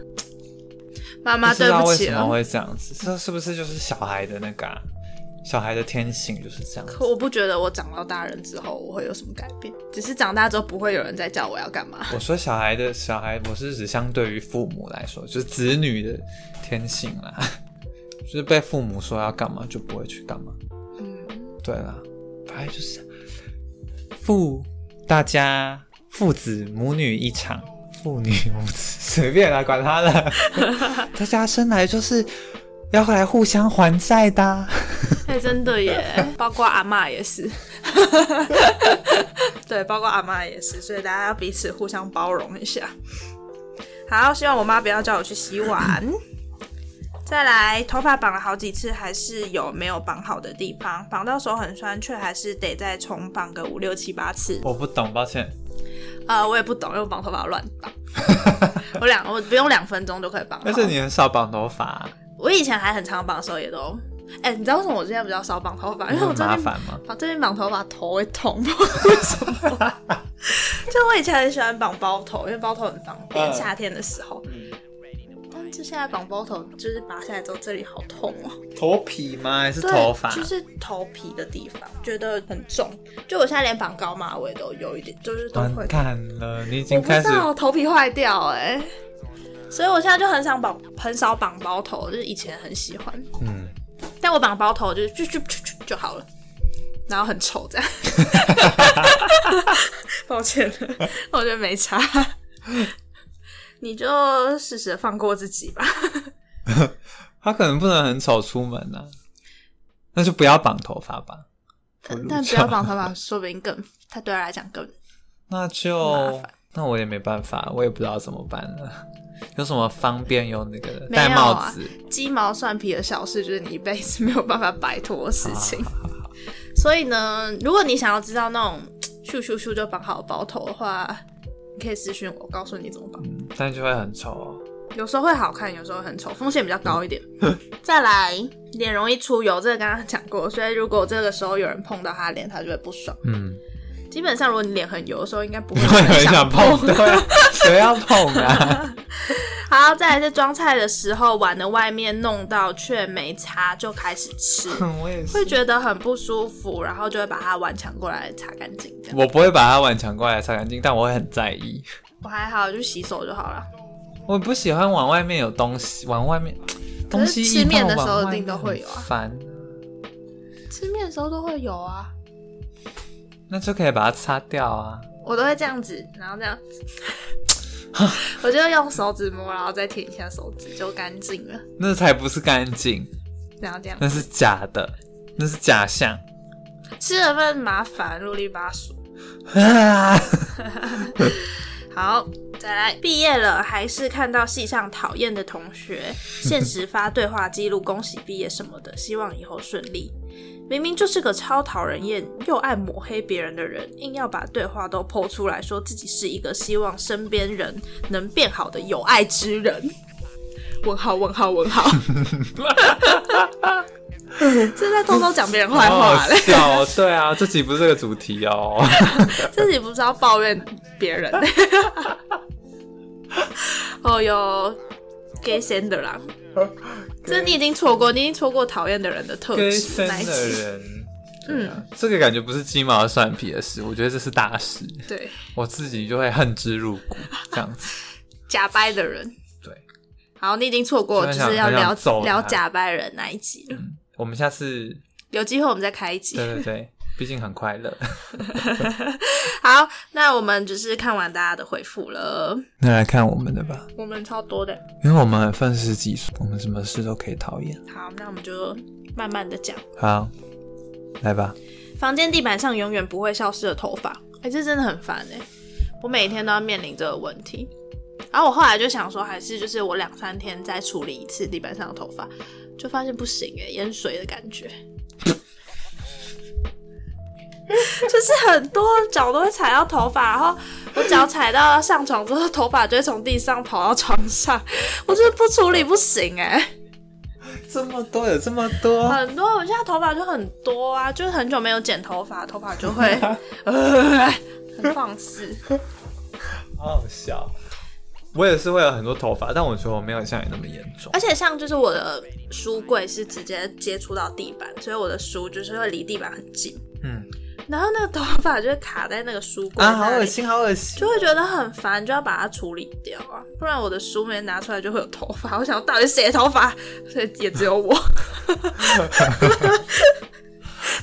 S2: 妈妈，
S1: 不知
S2: 啊对
S1: 道为
S2: 起哦
S1: 什么
S2: 了，
S1: 会这样子，这是不是就是小孩的那个、啊？小孩的天性就是这样子。
S2: 可我不觉得我长到大人之后我会有什么改变，只是长大之后不会有人再叫我要干 *laughs* 嘛。
S1: 我说小孩的小孩，我是指相对于父母来说，就是子女的天性啦， *laughs* 就是被父母说要干嘛就不会去干嘛。
S2: 嗯，
S1: 对啦，反正就是父大家父子母女一场，父女母子随便啦，管他了，
S2: *laughs*
S1: 大家生来就是要来互相还债的
S2: *laughs*
S1: 啊、
S2: 哎、真的 *laughs* 耶，包括阿嬷也是， *laughs* 对，包括阿嬷也是，所以大家要彼此互相包容一下。好，希望我妈不要叫我去洗碗。再来，头发绑了好几次，还是有没有绑好的地方，绑到手很酸，却还是得再重绑个五六七八次。
S1: 我不懂，抱歉。
S2: 呃，我也不懂，因为我绑头发乱绑， *laughs* 我两我不用两分钟就可以绑好。
S1: 而且你很少绑头发、
S2: 我以前还很常绑手也都，哎、你知道为什么我现在比较少绑头发？因为哎我
S1: 很
S2: 最
S1: 麻
S2: 近
S1: 烦吗？
S2: 绑最近绑头发头会痛，不知道为什么。 *laughs* 就我以前很喜欢绑包头，因为包头很方便，
S1: 嗯
S2: 夏天的时候。但就现在绑包头，就是拔下来之后这里好痛哦、
S1: 头皮吗？还是
S2: 对，
S1: 头发？
S2: 就是头皮的地方，觉得很重。就我现在连绑高马尾都有一点，就是都
S1: 完
S2: 会
S1: 蛋了，你已
S2: 我
S1: 经
S2: 不
S1: 开
S2: 知
S1: 始
S2: 道我头皮坏掉哎、所以我现在就很想绑，很少绑包头，就是以前很喜欢，
S1: 嗯，
S2: 但我绑包头就是就就就就就好了，然后很丑这样，抱歉，我觉得没差，你就适时地放过自己吧。
S1: 他可能不能很丑出门呢、啊，那就不要绑头发吧。
S2: 但不要绑头发，说不定更，它对他来讲更
S1: 那
S2: 麻
S1: 就
S2: 烦
S1: 那我也没办法，我也不知道怎么办了。有什么方便用那个的
S2: 没有啊
S1: 戴帽子？
S2: 鸡毛蒜皮的小事，就是你一辈子没有办法摆脱的事情。所以呢，如果你想要知道那种咻咻咻就绑好的包头的话，你可以私讯我，告诉你怎么绑。
S1: 嗯但就会很丑哦。
S2: 有时候会好看，有时候很丑，风险比较高一
S1: *laughs*
S2: 点。再来，脸容易出油，这个刚刚讲过，所以如果这个时候有人碰到他的脸，他就会不爽。
S1: 嗯，
S2: 基本上，如果你脸很油的时候，应该不
S1: *laughs*
S2: 会
S1: 你会
S2: 有
S1: 嗯
S2: 人
S1: 很想
S2: *laughs*
S1: 碰，对啊，谁要碰啊？ *laughs*
S2: 好，再来是装菜的时候，碗的外面弄到却没擦，就开始吃，
S1: 我也是
S2: 会觉得很不舒服，然后就会把它碗抢过来擦干净。这样
S1: 我不会把它碗抢过来擦干净，但我会很在意。
S2: 我还好，就洗手就好了。
S1: 我不喜欢碗外面有东西，碗外面东西
S2: 吃
S1: 一到
S2: 面的时候
S1: 碗外
S2: 一定都
S1: 面
S2: 会有啊
S1: 很烦，
S2: 吃面的时候都会有啊，
S1: 那就可以把它擦掉啊。
S2: 我都会这样子，然后这样， *laughs* 我就用手指摸，然后再舔一下手指，就干净了。
S1: 那才不是干净，
S2: 然后这样
S1: 那是假的，那是假
S2: *laughs*
S1: 象。
S2: 吃了份麻烦，啰里吧嗦。
S1: 啊
S2: 好，再来。毕业了，还是看到系上讨厌的同学，限时发对话记录，恭喜毕业什么的，希望以后顺利。明明就是个超讨人厌又爱抹黑别人的人，硬要把对话都剖出来，说自己是一个希望身边人能变好的有爱之人。问号问号问号，这是在偷偷讲别人坏
S1: 好好
S2: 话嘞，
S1: 笑哦，对啊，这集不是这个主题
S2: *laughs*
S1: 哦。
S2: 自己不知道抱怨别人。 *laughs* 哦哟，gay
S1: *laughs*
S2: sender 啦，这你已经错过，你已经错过讨厌的人的特
S1: 跟
S2: 质
S1: 生
S2: 那一
S1: 的
S2: 集。 *laughs*
S1: 人，嗯，这个感觉不是鸡毛蒜皮的事，我觉得这是大事，
S2: 对，
S1: 我自己就会恨之入骨，这样子。
S2: 假掰的人。
S1: 对，
S2: 好，你已经错过，就
S1: 真的
S2: 是
S1: 想很
S2: 要
S1: 想
S2: 聊
S1: 揍他
S2: 聊假掰人那一集了。
S1: 我们下次，
S2: 有机会我们再开一集。
S1: 对对对，毕竟很快乐。
S2: *laughs* 好，那我们只是看完大家的回复了，
S1: 那来看我们的吧，
S2: 我们超多的。
S1: 因为我们很愤世嫉俗，我们什么事都可以讨厌。
S2: 好，那我们就慢慢的讲。
S1: 好，来吧。
S2: 房间地板上永远不会消失的头发，哎、这真的很烦哎、我每天都要面临这个问题。然后我后来就想说，还是就是我两三天再处理一次地板上的头发，就发现不行哎、淹水的感 *laughs* 觉，就是很多脚都会踩到头发，然后我脚踩到上床之后，头发就会从地上跑到床上，我就是不处理不行哎、
S1: 这么多有这么多，
S2: 很多，我现在头发就很多啊，就是很久没有剪头发，头发就会
S1: *laughs*
S2: 呃很放肆。
S1: 好好笑。我也是会有很多头发，但我觉得我没有像你那么严重
S2: 而。且像就是我的书柜是直接接触到地板，所以我的书就是会离地板很近，
S1: 嗯，
S2: 然后那个头发就会卡在那个书柜
S1: 啊，好
S2: 那
S1: 恶
S2: 里，
S1: 心，好恶心
S2: 就。会觉得很烦，就要把它处理掉啊，不然我的书每天拿出来就会有头发。我想到底是谁的头发，所以也只有我，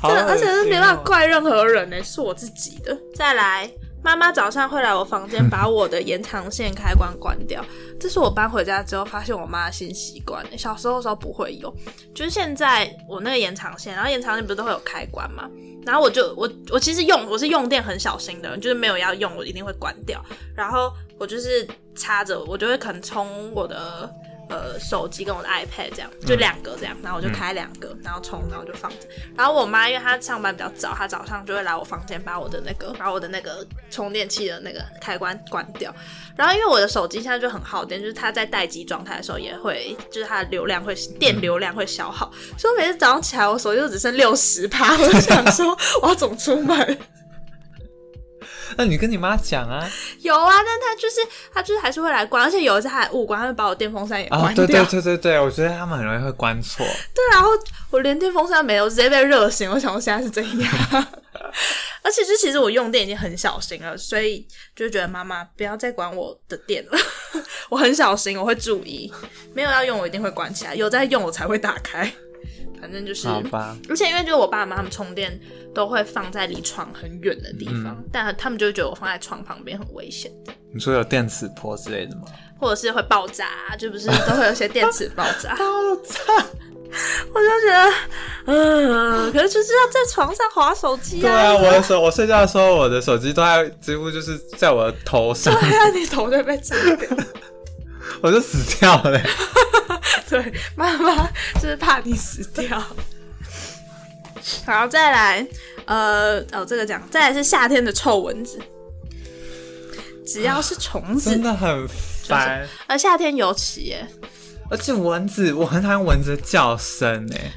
S1: 好
S2: 真的，而且
S1: 恶
S2: 是
S1: 心
S2: 没办法
S1: 哦。
S2: 怪任何人呢、是我自己的。再来，妈妈早上会来我房间把我的延长线开关关掉， *laughs* 这是我搬回家之后发现我妈的新习惯、欸。小时候的时候不会有，就是现在我那个延长线，然后延长线不是都会有开关嘛？然后我就我我其实用我是用电很小心的，就是没有要用我一定会关掉，然后我就是插着，我就会可能充我的。呃，手机跟我的 iPad 这样，就两个这样，然后我就
S1: 嗯
S2: 开两个，然后充，然后就放着。然后我妈因为她上班比较早，她早上就会来我房间把我的那个把我的那个充电器的那个开关关掉。然后因为我的手机现在就很耗电，就是它在待机状态的时候也会，就是它的流量会电流量会消耗，所以我每次早上起来我手机就只剩六十趴，我就想说我要怎么出门？ *laughs*
S1: 那你跟你妈讲啊。
S2: 有啊，但她就是她就是还是会来关，而且有一次她还误关，她就把我电风扇也关掉。
S1: 啊，对对对对对，我觉得他们很容易会关错。
S2: 对然后我连电风扇没有，我直接被热醒。我想我现在是怎样？ *laughs* 而且就其实我用电已经很小心了，所以就觉得妈妈不要再管我的电了。 *laughs* 我很小心，我会注意，没有要用我一定会关起来，有在用我才会打开。反正就是，
S1: 好吧，
S2: 而且因为就是我爸妈他们充电都会放在离床很远的地方，
S1: 嗯
S2: 但他们就会觉得我放在床旁边很危险，
S1: 你说有电磁波之类的吗？
S2: 啊或者是会爆炸，就不是都会有一些电池爆炸。
S1: 爆炸！
S2: 我就觉得，呃，可是就是要在床上划手机
S1: 对
S2: 啊。
S1: 啊，我的手，我睡觉的时候，我的手机都在，几乎就是在我的头上，
S2: *laughs* 对啊，你头就被炸掉。
S1: 我就死掉了。
S2: 对，妈妈就是怕你死掉。好，再来，呃，哦，这个讲，再来是夏天的臭蚊子，只要是虫
S1: 啊真
S2: 子，
S1: 的很烦。
S2: 呃，夏天尤其耶，
S1: 而且蚊子，我很讨厌蚊子的叫声哎、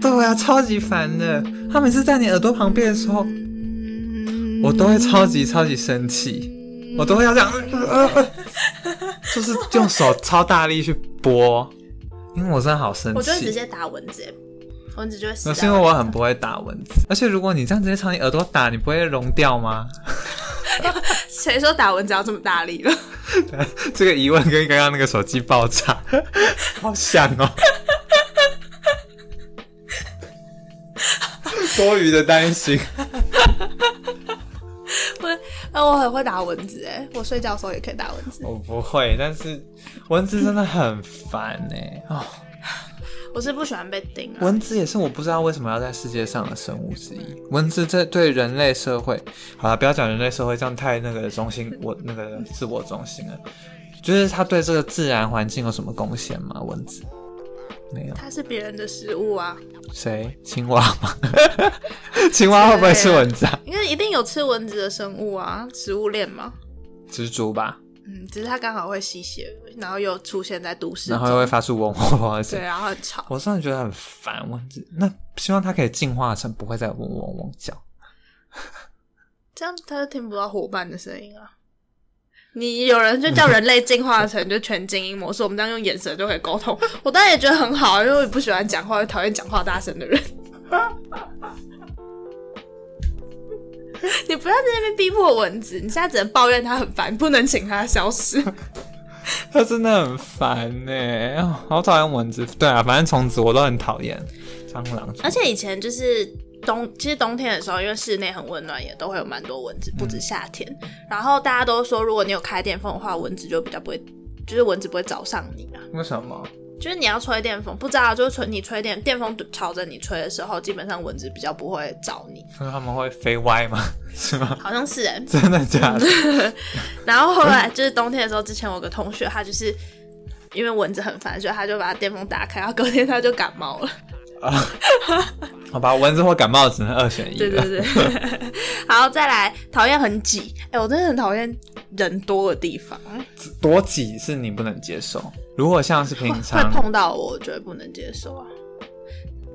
S1: 对啊，超级烦的。它每次在你耳朵旁边的时候，我都会超级超级生气，我都会要这样，呃呃呃就是用手超大力去拨，因为我真的好生气。
S2: 我就会直接打蚊子耶，蚊子就会死
S1: 那
S2: 掉。
S1: 是因为我很不会打蚊子，而且如果你这样直接朝你耳朵打，你不会融掉吗？
S2: 谁说打蚊子要这么大力了？
S1: 这个疑问跟刚刚那个手机爆炸好像哦。多余的担心，
S2: 我，呃，我很会打蚊子哎，我睡觉的时候也可以打蚊子。
S1: 我不会，但是蚊子真的很烦呢、哦，
S2: 我是不喜欢被叮啊，
S1: 蚊子也是我不知道为什么要在世界上的生物之一。蚊子这对人类社会，好了，不要讲人类社会，这样太那个中心，我那个自我中心了。就是它对这个自然环境有什么贡献吗？蚊子没有。
S2: 它是别人的食物啊，
S1: 谁？青蛙吗？ *laughs* 青蛙会不会是蚊子啊？
S2: 因为一定有吃蚊子的生物啊，食物链嘛。
S1: 蜘蛛吧，
S2: 嗯，只是它刚好会吸血，然后又出现在都市
S1: 然
S2: 中，
S1: 后又会发出嗡嗡嗡的
S2: 对，啊
S1: 声音。
S2: 然后很吵。
S1: 我真的觉得很烦蚊子，那希望它可以进化成不会再嗡嗡嗡叫。
S2: 这样它就听不到伙伴的声音啊。你有人就叫人类进化成就全静音模式，我们这样用眼神就可以
S1: *laughs*
S2: 沟通。我当然也觉得很好，因为我不喜欢讲话，又讨厌讲话大声
S1: *laughs*
S2: 的人。你不要在那边逼迫蚊子，你现在只能抱怨它很烦，不能请它消失。
S1: 它真的很烦呢、哦好讨厌蚊子。对啊，反正虫子我都很讨厌，蟑螂。
S2: 而且以前就是冬，其实冬天的时候，因为室内很温暖，也都会有蛮多蚊子，不止夏天。然后大家都说，如果你有开电风的话，蚊子就比较不会，就是蚊子不会找上你啊。
S1: 为什么？
S2: 就是你要吹电风，不知道、就是吹你吹电电风朝着你吹的时候，基本上蚊子比较不会找你，
S1: 因为他们会飞歪吗？ *laughs* 是吗？
S2: 好像是哎、
S1: 真的假
S2: *laughs*
S1: 的？
S2: 然后后来就是冬天的时候，之前我有个同学，他就是因为蚊子很烦，所以他就把电风打开，然后隔天他就感冒了。
S1: 好吧，蚊子或感冒只能二选一
S2: 对
S1: 了。
S2: 对 *laughs* 对，好，再来，讨厌很挤。哎、我真的很讨厌人多的地方，
S1: 多挤是你不能接受。如果像是平
S2: 会
S1: 常
S2: 碰到我，我觉得不能接受啊。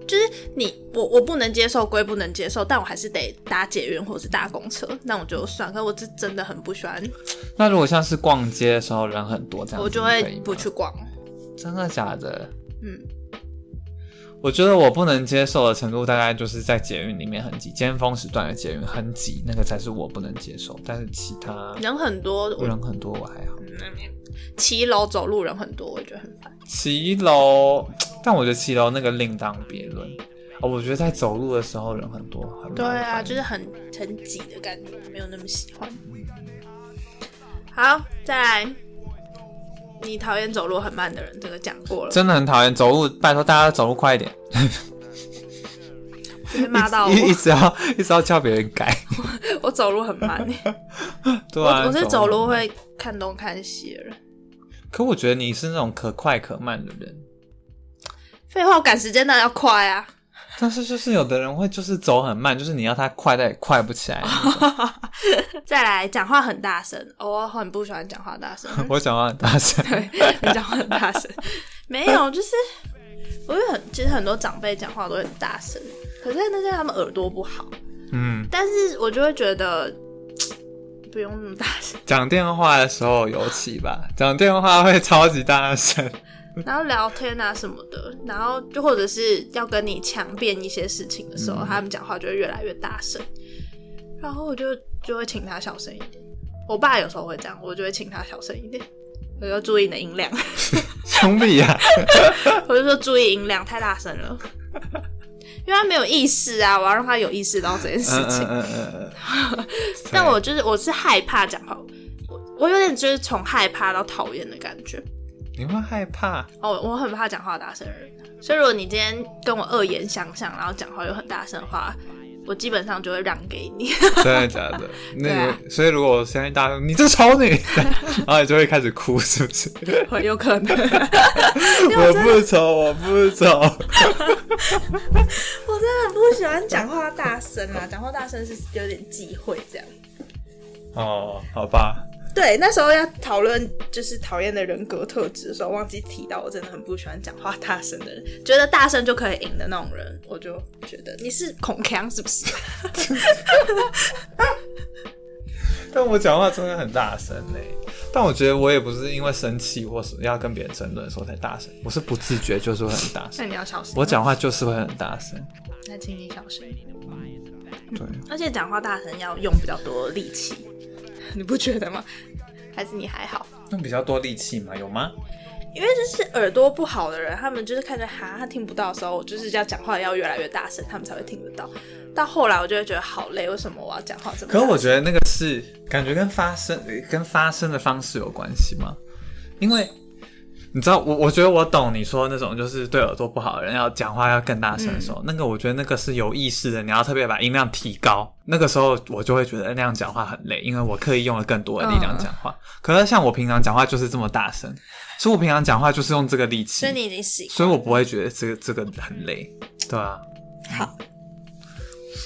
S2: 就是你我我不能接受归不能接受，但我还是得搭捷运或者是搭公车，那我就算。可我是真的很不喜欢，
S1: 那如果像是逛街的时候人很多这样子，
S2: 我就
S1: 你可以
S2: 会
S1: 吗
S2: 不去。逛。
S1: 真的假的？
S2: 嗯，
S1: 我觉得我不能接受的程度大概就是在捷运里面很挤，尖峰时段的捷运很挤，那个才是我不能接受。但是其他
S2: 人很多，我
S1: 人很多我还好。
S2: 骑楼走路人很多，我觉得很烦。
S1: 骑楼，但我觉得骑楼那个另当别论。哦，我觉得在走路的时候人很多，很麻
S2: 对啊，
S1: 烦
S2: 就是很很挤的感觉，没有那么喜欢。
S1: 嗯
S2: 好，再来，你讨厌走路很慢的人，这个讲过了，
S1: 真的很讨厌走路。拜托大家走路快一点，
S2: 被骂到我
S1: 一，一直要一直要叫别人改。
S2: 我 *laughs* 走路很慢欸、
S1: *laughs* 对啊，
S2: 我我是走路
S1: 很慢
S2: 会看东看西的人。
S1: 可我觉得你是那种可快可慢的人，
S2: 废话，我赶时间当然要快啊！
S1: 但是就是有的人会就是走很慢，就是你要他快，他也快不起来
S2: 哦
S1: 那种。
S2: 再来，讲话很大声，哦我很不喜欢讲话
S1: *laughs*
S2: 大声，
S1: 我讲话很大声，
S2: *laughs* 对，你讲话很大声， *laughs* 没有，就是我有很，其实很多长辈讲话都很大声，可是那是他们耳朵不好，
S1: 嗯，
S2: 但是我就会觉得不用那么大
S1: *laughs*
S2: 声，
S1: 讲电话的时候尤其吧，讲电话会超级大
S2: *laughs*
S1: 声。
S2: 然后聊天啊什么的，然后就或者是要跟你强辩一些事情的时候，
S1: 嗯
S2: 他们讲话就会越来越大声，然后我就就会请他小声一点。我爸有时候会这样，我就会请他小声一点，我就注意你的音量， *laughs*
S1: 兄弟啊呀、
S2: 我就说注意音量，太大
S1: *laughs*
S2: 声了。因为他没有意识啊，我要让他有意识到这件事
S1: 嗯
S2: 情。
S1: 嗯嗯嗯嗯，
S2: *laughs* 但我就是我是害怕讲话，我我有点就是从害怕到讨厌的感觉。
S1: 你会害怕？
S2: 哦，我很怕讲话大声的人，所以如果你今天跟我恶言相向，然后讲话又很大声的话，我基本上就会让给你。 *laughs*
S1: 真的假的？那
S2: 对
S1: 个，
S2: 啊
S1: 所以如果我现在大声，你这丑
S2: *laughs*
S1: 女，然后你就会开始哭，是不是？
S2: 很有可能，
S1: 我不丑，我不丑。
S2: 我真的不喜欢讲话大声啦，讲话大声是有点忌讳这样。
S1: 哦，好吧，
S2: 对，那时候要讨论就是讨厌的人格特质的时候，忘记提到，我真的很不喜欢讲话大声的人，觉得大声就可以赢的那种人，我就觉得你是孔强是不是？
S1: 但我讲话真的很大声嘞、但我觉得我也不是因为生气或是要跟别人争论的时候才大声，我是不自觉就是会很大
S2: *laughs* 那
S1: 声。
S2: 你要小心。
S1: 我，讲话就是会很大声，
S2: 那请你小心。
S1: 对，
S2: 而且讲话大声要用比较多力气， *laughs* 你不觉得吗？还是你还好？
S1: 用比较多力气嘛，有吗？
S2: 因为就是耳朵不好的人，他们就是看着哈他听不到的时候，我就是要讲话要越来越大声，他们才会听得到。到后来我就会觉得好累，为什么我要讲话这么大
S1: 可
S2: 声？
S1: 是我觉得那个是感觉跟发声呃跟发声的方式有关系吗？因为你知道，我我觉得我懂你说那种就是对耳朵不好的人要讲话要更大声的时候，那个我觉得那个是有意识的，你要特别把音量提高。那个时候我就会觉得那样讲话很累，因为我刻意用了更多的力量讲话。可是像我平常讲话就是这么大声，所以我平常讲话就是用这个力气
S2: 所以，你已经习惯，
S1: 所以我不会觉得这个这个很累，对啊。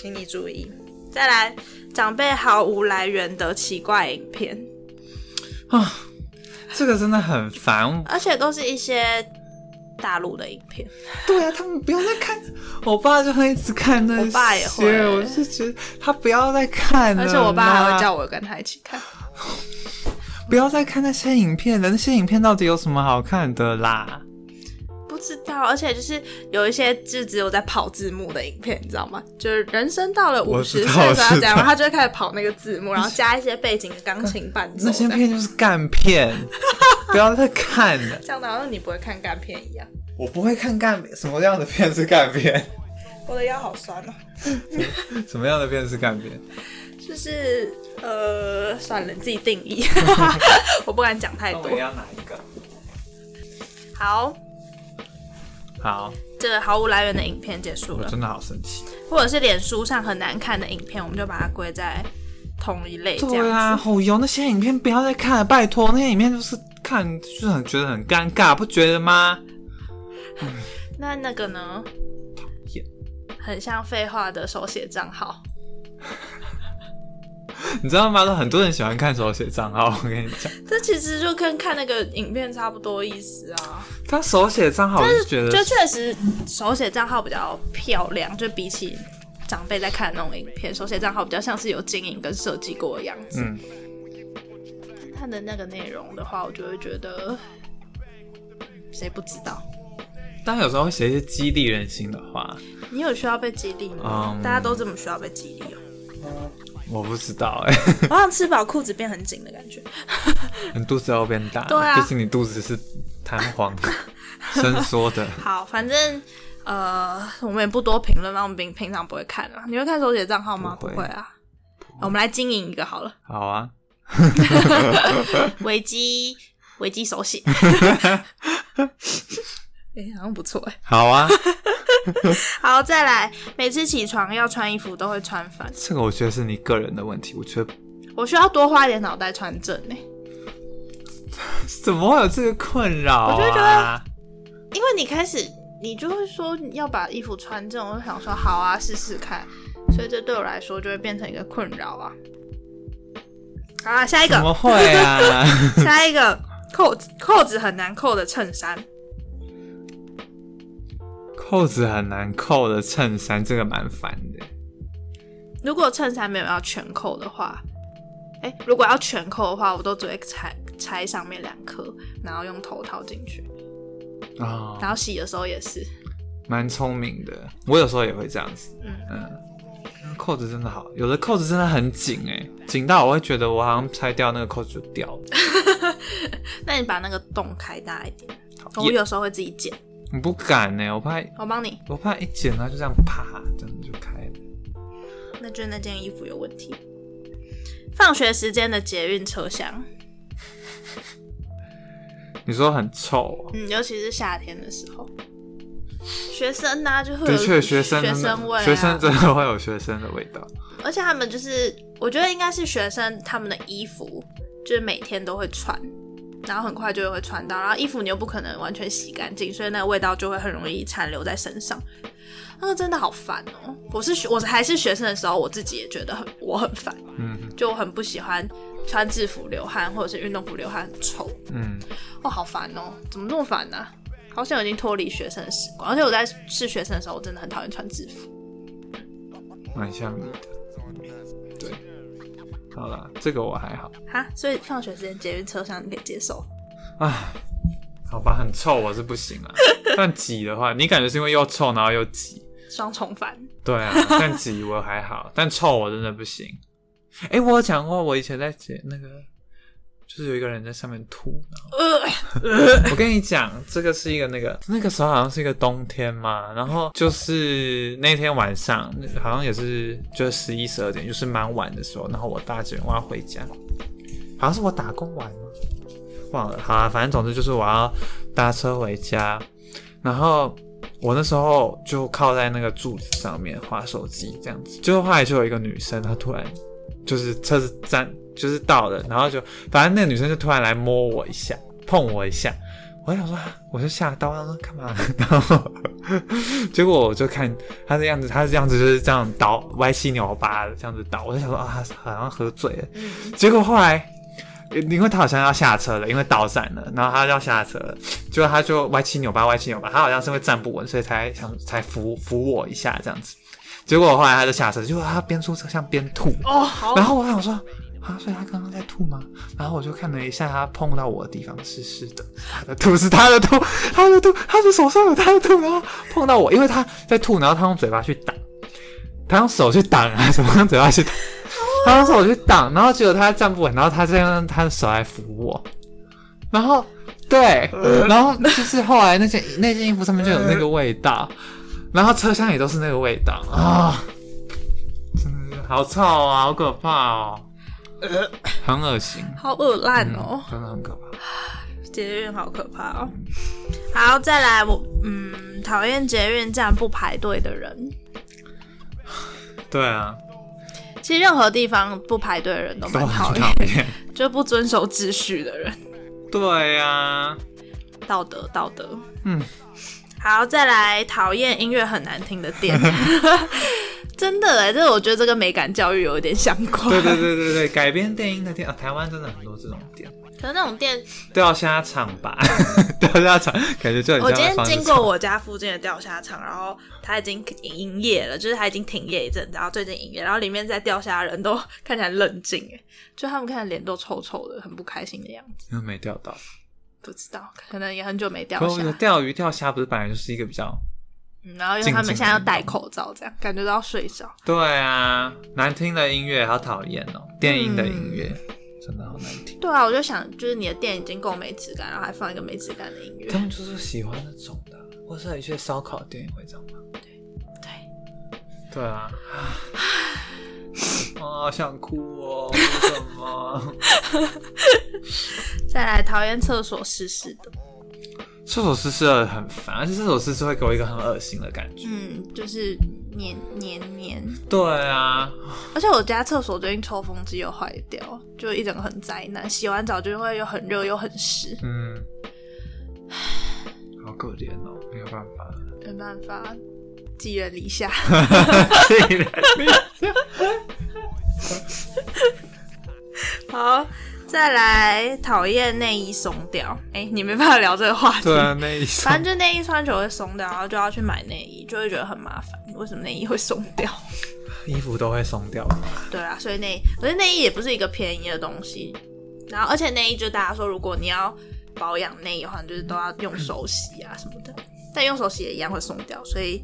S2: 请你注意。再来，长辈毫无来源的奇怪影片，
S1: 这个真的很烦，
S2: 而且都是一些大陆的影片。
S1: 对啊，他们不要再看。 *laughs* 我爸就会一直看那些，
S2: 我爸也会
S1: 我是觉得他不要再看了
S2: 而
S1: 啦，
S2: 且我爸还会叫我跟他一起看。
S1: 不要再看那些影片了，那些影片到底有什么好看的啦？
S2: 不知道，而且就是有一些就只有在跑字幕的影片，你知道吗？就是人生到了五
S1: 我
S2: 十
S1: 知
S2: 岁
S1: 道
S2: 的时候要
S1: 我
S2: 怎
S1: 知道
S2: 样，他就会开始跑那个字幕，然
S1: *laughs*
S2: 后加一些背景的钢琴伴
S1: 那
S2: 奏这
S1: 些
S2: 样。
S1: 片就是干
S2: *laughs*
S1: 片，不要再看了。
S2: 像好像你不会看干片一样。
S1: 我不会看干什么样的片是干片，
S2: 我的腰好酸哦。
S1: 什么样的片是干片？
S2: 就是呃，算了，你自己定
S1: *laughs*
S2: 义，我不敢讲太多。
S1: 哪一个？
S2: 好，
S1: 好，
S2: 这个毫无来源的影片结束
S1: 我
S2: 了，
S1: 真的好生气。
S2: 或者是脸书上很难看的影片，我们就把它归在同一类这样
S1: 对啊，
S2: 子。
S1: 好油那些影片不要再看了，拜托，那些影片就是看就是很觉得很尴尬，不觉得吗？
S2: 那那个呢？
S1: 厌
S2: 很像废话的手写账号。
S1: 你知道吗？很多人喜欢看手写账号， *laughs* 我跟你讲，
S2: 这其实就跟看那个影片差不多意思啊，
S1: 他手写账号我就觉得
S2: 就确实手写账号比较漂亮，就比起长辈在看那种影片，手写账号比较像是有经营跟设计过的样子。
S1: 嗯，
S2: 它的那个内容的话，我就会觉得谁不知道？
S1: 但有时候会写一些激励人心的话，
S2: 你有需要被激励吗？
S1: 嗯
S2: 大家都这么需要被激励哦。
S1: 我不知道哎、
S2: *laughs* 好像吃饱裤子变很紧的感觉。
S1: 你肚子要变大，
S2: 对啊
S1: 毕竟你肚子是弹
S2: *laughs*
S1: 簧伸缩的，
S2: 好，反正呃，我们也不多评论嘛，我们平平常不会看啊。你会看手写账号吗？
S1: 不会
S2: 不会啊。我们来经营一个好了。
S1: 好啊，
S2: 维基维基手 *laughs* 写，哎、好像不错哎。
S1: 好啊，
S2: 好，再来，每次起床要穿衣服都会穿反，
S1: 这个我觉得是你个人的问题，我觉得
S2: 我需要多花一点脑袋穿正哎，
S1: 怎么会有这个困扰、啊？
S2: 我就觉得因为你开始你就会说你要把衣服穿正，我就想说好啊，试试看，所以这对我来说就会变成一个困扰啊。好啦，下一
S1: 怎么
S2: 个，
S1: 会啊？
S2: *laughs*
S1: *laughs*
S2: 下一个扣子扣子很难扣的衬衫，
S1: 扣子很难扣的衬衫，这个蛮烦的。
S2: 如果衬衫没有要全扣的话，哎、如果要全扣的话，我都只会拆拆上面两颗，然后用头套进去，
S1: 啊、
S2: 然后洗的时候也是。 *laughs*
S1: 蛮聪明的，我有时候也会这样子。
S2: 嗯
S1: 嗯扣子真的好，有的扣子真的很紧哎、紧到我会觉得我好像拆掉那个扣子就掉了。
S2: 那你把那个洞开大一点，
S1: 讨
S2: 我
S1: 厌
S2: 有时候会自己剪，
S1: 我不敢哎、我怕
S2: 我帮你。
S1: 我怕一剪它就这样啪，这样就开了。
S2: 那就是那件衣服有问题。放学时间的捷运车厢，
S1: 你说很臭哦、
S2: 嗯，尤其是夏天的时候，学生呐、就会
S1: 的
S2: 有
S1: 确，学生
S2: 学
S1: 真的
S2: 生味、啊，
S1: 学生真的会有学生的味道。
S2: 而且他们就是，我觉得应该是学生他们的衣服，就是每天都会穿，然后很快就会穿到，然后衣服你又不可能完全洗干净，所以那个味道就会很容易残留在身上。那个真的好烦哦！我是学我还是学生的时候，我自己也觉得很我很烦，
S1: 嗯
S2: 就我很不喜欢穿制服流汗或者是运动服流汗很臭，
S1: 嗯，
S2: 哦，好烦哦！怎么那么烦呢、好像已经脱离学生的时光，而且我在是学生的时候，我真的很讨厌穿制服。
S1: 蛮像你的。对，好了，这个我还好。
S2: 哈，所以放学时间捷运车厢你可以接受。
S1: 唉，好吧，很臭我是不行啊。但挤的话，你感觉是因为又臭然后又挤？
S2: 双重烦。
S1: 对啊，但挤我还好，但臭我真的不行。哎、我有讲过，我以前在解那个，就是有一个人在上面吐，然后
S2: 呃，
S1: 我跟你讲，这个是一个那个那个时候好像是一个冬天嘛，然后就是那天晚上，那好像也是就是十一十二点，就是蛮晚的时候，然后我搭捷运我要回家，好像是我打工完吗？忘了，好啊，反正总之就是我要搭车回家，然后我那时候就靠在那个柱子上面划手机，这样子，就是后来就有一个女生，她突然就是车子站就是到了，然后就反正那个女生就突然来摸我一下，碰我一下，我想说，啊我就吓到，她说干嘛？然后 *laughs* 结果我就看她的样子，她的样子就是这样倒歪七扭八的这样子倒，我就想说啊，她好像喝醉了。结果后来。因为她好像要下车了，因为倒闪了，然后她要下车了，结果她就歪七扭八，歪七扭八，她好像是会站不稳，所以才想才扶扶我一下这样子。结果后来她就下车，结果她边出车厢边吐，
S2: 哦，好
S1: 然后我想说，啊，所以他刚刚在吐吗？然后我就看了一下，他碰到我的地方是湿的，他的吐是他的吐，他的吐，他的手上有他的吐，然后碰到我，因为他在吐，然后他用嘴巴去挡，他用手去挡啊，什么用嘴巴去挡？他用手去挡，然后结果他站不稳，然后他这样用他的手来扶我，然后对，然后就是后来那件那件衣服上面就有那个味道，然后车厢也都是那个味道啊。真的是好臭啊，好可怕哦，很恶心，
S2: 好恶烂哦
S1: 嗯，，真的很可怕。
S2: 捷运好可怕哦。好，再来我嗯，讨厌捷运站不排队的人。
S1: 对啊，
S2: 其实任何地方不排队的人都
S1: 都
S2: 蛮讨
S1: 很
S2: 厌
S1: 讨，厌。
S2: 就不遵守秩序的人，
S1: 对啊，
S2: 道德道德。
S1: 嗯，
S2: 好，再来讨厌音乐很难听的
S1: *laughs*
S2: 店。真的哎，这我觉得这跟美感教育有一点相关。
S1: 对对对对对，改编电影的店啊，台湾真的很多这种店，
S2: 可是那种店，
S1: 钓虾场吧，钓虾场感觉就很像
S2: 我今
S1: 在
S2: 天
S1: 放
S2: 经
S1: 这
S2: 过
S1: 种
S2: 我家附近的钓虾场，然后它已经营业了，就是它已经停业一阵子，然后最近营业，然后里面在钓虾的人都 *laughs* 看起来很冷静，哎，就他们看起来脸都臭臭的，很不开心的样子。
S1: 因为没钓到。
S2: 不知道，可能也很久没钓
S1: 可我
S2: 虾
S1: 觉、得钓鱼钓虾不是本来就是一个比较
S2: 嗯然后因为他们现在要戴口罩，这样感觉到要睡着。
S1: 对啊难听的音乐，好讨厌哦，电音的音乐、真的好难听。
S2: 对啊，我就想，就是你的店已经够没质感，然后还放一个没质感的音乐
S1: 他，们就是喜欢那种的，或是有一些烧烤店也会这样吧。
S2: 对，
S1: 对啊，啊，好想哭 *laughs* 哦，为什么？
S2: 再来讨厌厕所湿湿的，
S1: 厕所湿湿的很烦，而且厕所湿湿会给我一个很恶心的感觉。
S2: 嗯，就是黏黏黏。
S1: 对啊，
S2: 而且我家厕所最近抽风机又坏掉，就一整个很灾难。洗完澡就会又很热又很湿，
S1: 嗯，好可怜哦，没有办法。
S2: 没办法，寄人篱下。 *laughs* 好，再来讨厌内衣松掉。哎、你没办法聊这个话题。
S1: *laughs* 对 *laughs* 啊，那一
S2: 反
S1: 下
S2: 正就内衣穿久会松掉，然后就要去买内衣，就会觉得很麻烦。为什么内衣会松掉？
S1: 衣服都会松掉。
S2: 对啊，所以内，可是内衣也不是一个便宜的东西。然后，而且内衣就大家说，如果你要保养内衣的话，你就是都要用手洗啊什么的。但用手洗也一样会松掉，所以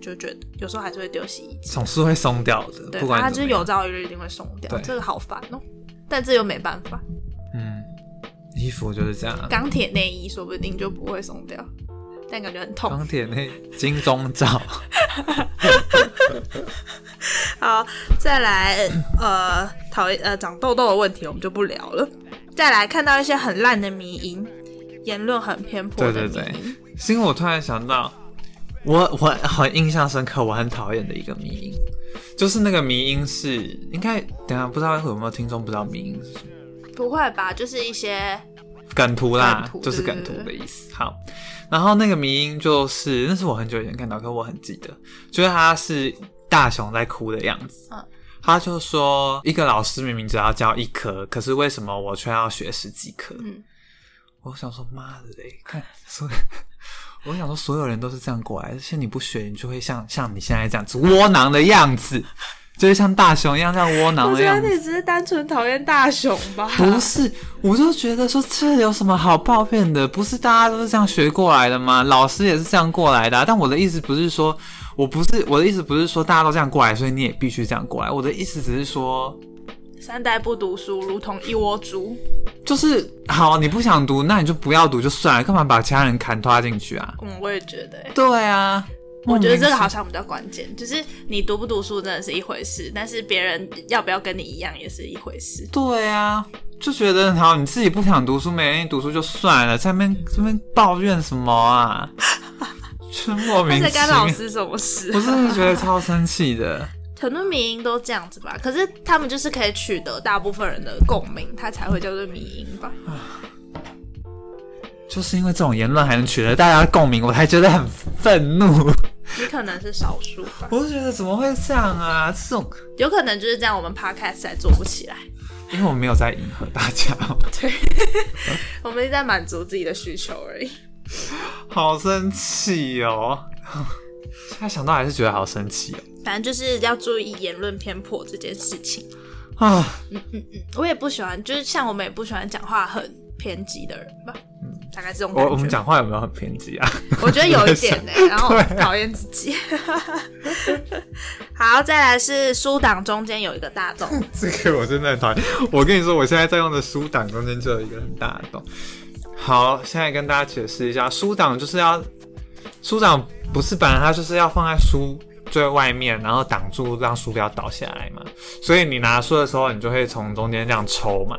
S2: 就觉得有时候还是会丢洗衣机。
S1: 总是会松掉的，
S2: 对，
S1: 不
S2: 它
S1: 管怎
S2: 就是
S1: 么
S2: 有
S1: 样。
S2: 朝一日一定会松掉，
S1: 对
S2: 这个好烦哦、但这又没办法，
S1: 嗯，衣服就是这样啊。
S2: 钢铁内衣说不定就不会松掉，但感觉很痛。
S1: 钢铁那金钟罩，
S2: 好，再来，呃，讨厌呃长痘痘的问题我们就不聊了。再来看到一些很烂的迷因，言论很偏颇
S1: 对
S2: 的迷因。
S1: 对对是因为我突然想到，我我很印象深刻，我很讨厌的一个迷音，就是那个迷音是应该等一下不知道有没有听众不知道迷音是什么
S2: 不会吧？就是一些
S1: 梗图啦，
S2: 梗图
S1: 就是
S2: 对
S1: 梗
S2: 对
S1: 图
S2: 对
S1: 的意思。好，然后那个迷音就是那是我很久以前看到，可我很记得，就是他是大雄在哭的样子。
S2: 嗯
S1: 他就说，一个老师明明只要教一科，可是为什么我却要学十几科？
S2: 嗯
S1: 我想说，妈的嘞，看所有， *laughs* 我想说，所有人都是这样过来，而且你不学，你就会像像你现在这样子窝囊的样子，就是像大雄一样这样窝囊
S2: 我
S1: 的
S2: 觉
S1: 样
S2: 得
S1: 子
S2: 你。只是单纯讨厌大雄吧？
S1: 不是，我就觉得说这有什么好抱怨的？不是大家都是这样学过来的吗？老师也是这样过来的啊、但我的意思不是说，我不是我的意思不是说大家都这样过来，所以你也必须这样过来。我的意思只是说，
S2: 三代不读书，如同一窝猪。
S1: 就是好，你不想读，那你就不要读就算了，干嘛把其他人砍拖进去啊？
S2: 嗯，我也觉得欸、
S1: 对啊，
S2: 我觉得这个
S1: 莫名
S2: 好像比较关键，就是你读不读书真的是一回事，但是别人要不要跟你一样也是一回事。
S1: 对啊，就觉得好，你自己不想读书，没人读书就算了，在那边这边抱怨什么啊？真莫
S2: 那
S1: 名
S2: 是
S1: 其
S2: 干老
S1: 妙，
S2: 师什么事、啊
S1: 我真的觉得超生气的。
S2: 很多迷音都这样子吧，可是他们就是可以取得大部分人的共鸣，它才会叫做迷音吧。
S1: 就是因为这种言论还能取得大家的共鸣，我才觉得很愤怒。
S2: 你可能是少数吧，
S1: 我就觉得怎么会这样啊？这种，
S2: 有可能就是这样，我们 podcast 才做不起来，
S1: 因为我没有在迎合大家，
S2: 我们一直在满足自己的需求而已。
S1: 好生气哦！ *laughs* 现在想到还是觉得好生气哦
S2: 反正就是要注意言论偏颇这件事情。
S1: 哦。啊，
S2: 我也不喜欢，就是像我们也不喜欢讲话很偏激的人吧，大概是这种感觉。
S1: 我我们，讲话有没有很偏激啊？
S2: 我觉得有一点 *laughs* 呢、然后讨厌自己。 *laughs* 好，再来是书档中间有一个大洞，
S1: *laughs* 这个我真的很讨厌。我跟你说，我现在在用的书档中间就有一个很大的洞。好，现在跟大家解释一下，书档就是要书档不是本来它就是要放在书最外面，然后挡住让书不要倒下来嘛。所以你拿书的时候，你就会从中间这样抽嘛。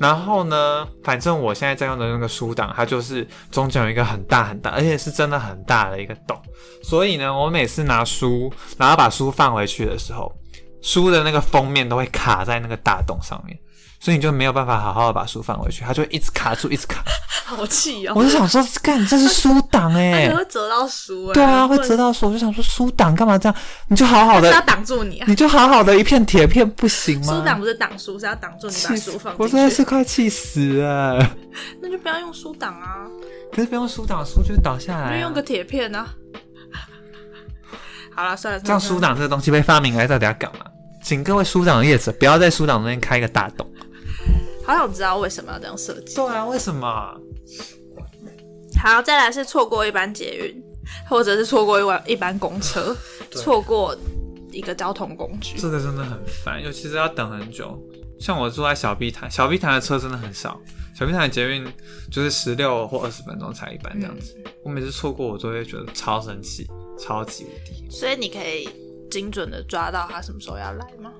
S1: 然后呢，反正我现在在用的那个书档，它就是中间有一个很大很大，而且是真的很大的一个洞。所以呢，我每次拿书，然后把书放回去的时候，书的那个封面都会卡在那个大洞上面，所以你就没有办法好好的把书放回去，它就会一直卡
S2: *laughs*
S1: 住，一直卡。
S2: *laughs* 好气
S1: 我
S2: 哦，
S1: 就想说，干，这是书档哎、
S2: 也会折到书、欸。
S1: 对啊，会折
S2: 到，
S1: 到手。我就想说，书档干嘛这样？你就好好
S2: 是要
S1: 的，
S2: 挡住你啊。
S1: 你就好好的一片铁片不行吗？
S2: 书档不是挡书，是要挡住你把
S1: 气死
S2: 书放
S1: 我真的
S2: 进去
S1: 是。快气死了。
S2: 那就不要用书挡啊，
S1: 可是不用书档，书就会倒下
S2: 那
S1: 来、
S2: 就
S1: 啊
S2: 用个。铁片啊。 *laughs* 好了，算了，
S1: 这样
S2: 算
S1: 书
S2: 了
S1: 档这个东西被发明来到底要干嘛？请各位书档的业者不要在书档那边开一个大洞。
S2: 好想知道为什么要这样设计。
S1: 对啊，为什么？
S2: 好，再来是错过一班捷运，或者是错过一班一班
S1: *laughs*
S2: 公车，错过一个交通工具。
S1: 这个真的很烦，尤其是要等很久。像我住在小碧潭，小碧潭的车真的很少，小碧潭的捷运就是十六或二十分钟才一班这样子。我每次错过，我都会觉得超生气，超级无敌。
S2: 所以你可以精准的抓到他什么时候要来吗？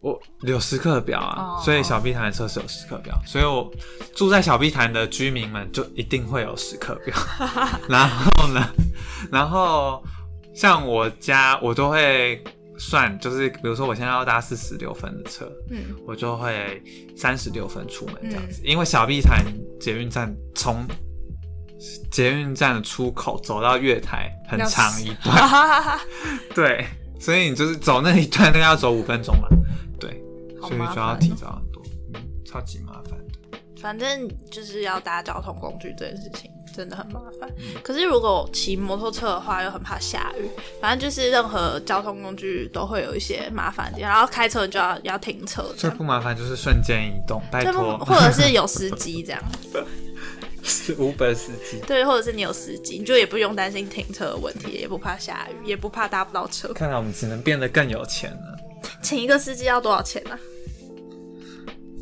S1: 我有时刻表啊
S2: 哦
S1: 所以小碧潭的车是有时刻表，所以我住在小碧潭的居民们就一定会有时刻表。然后呢，然后像我家，我都会算，就是比如说我现在要搭四十六分的车， *laughs*
S2: 嗯，
S1: 我就会三十六分出门这样子，因为小碧潭捷运站从捷运站的出口走到月台很长一段，
S2: 哈哈哈哈，
S1: 对，所以你就是走那一段，大概要走五分钟嘛，对，
S2: 好
S1: 所以
S2: 麻
S1: 就要
S2: 烦
S1: 提
S2: 哦
S1: 早很多，嗯，超级麻烦的。
S2: 反正就是要搭交通工具这件事情真的很麻烦。可是如果骑摩托车的话，又很怕下雨。反正就是任何交通工具都会有一些麻烦的地方，然后开车你就要要停车这
S1: 最
S2: 样，
S1: 不麻烦就是瞬间移动，拜
S2: 这
S1: 托
S2: 不，或者是有司机这样。
S1: *laughs*
S2: *laughs*
S1: 是 Uber 司机，
S2: 对，或者是你有司机，你就也不用担心停车的问题，也不怕下雨，也不怕搭不到车。
S1: 看来我们只能变得更有钱了。
S2: 请一个司机要多少钱啊呢、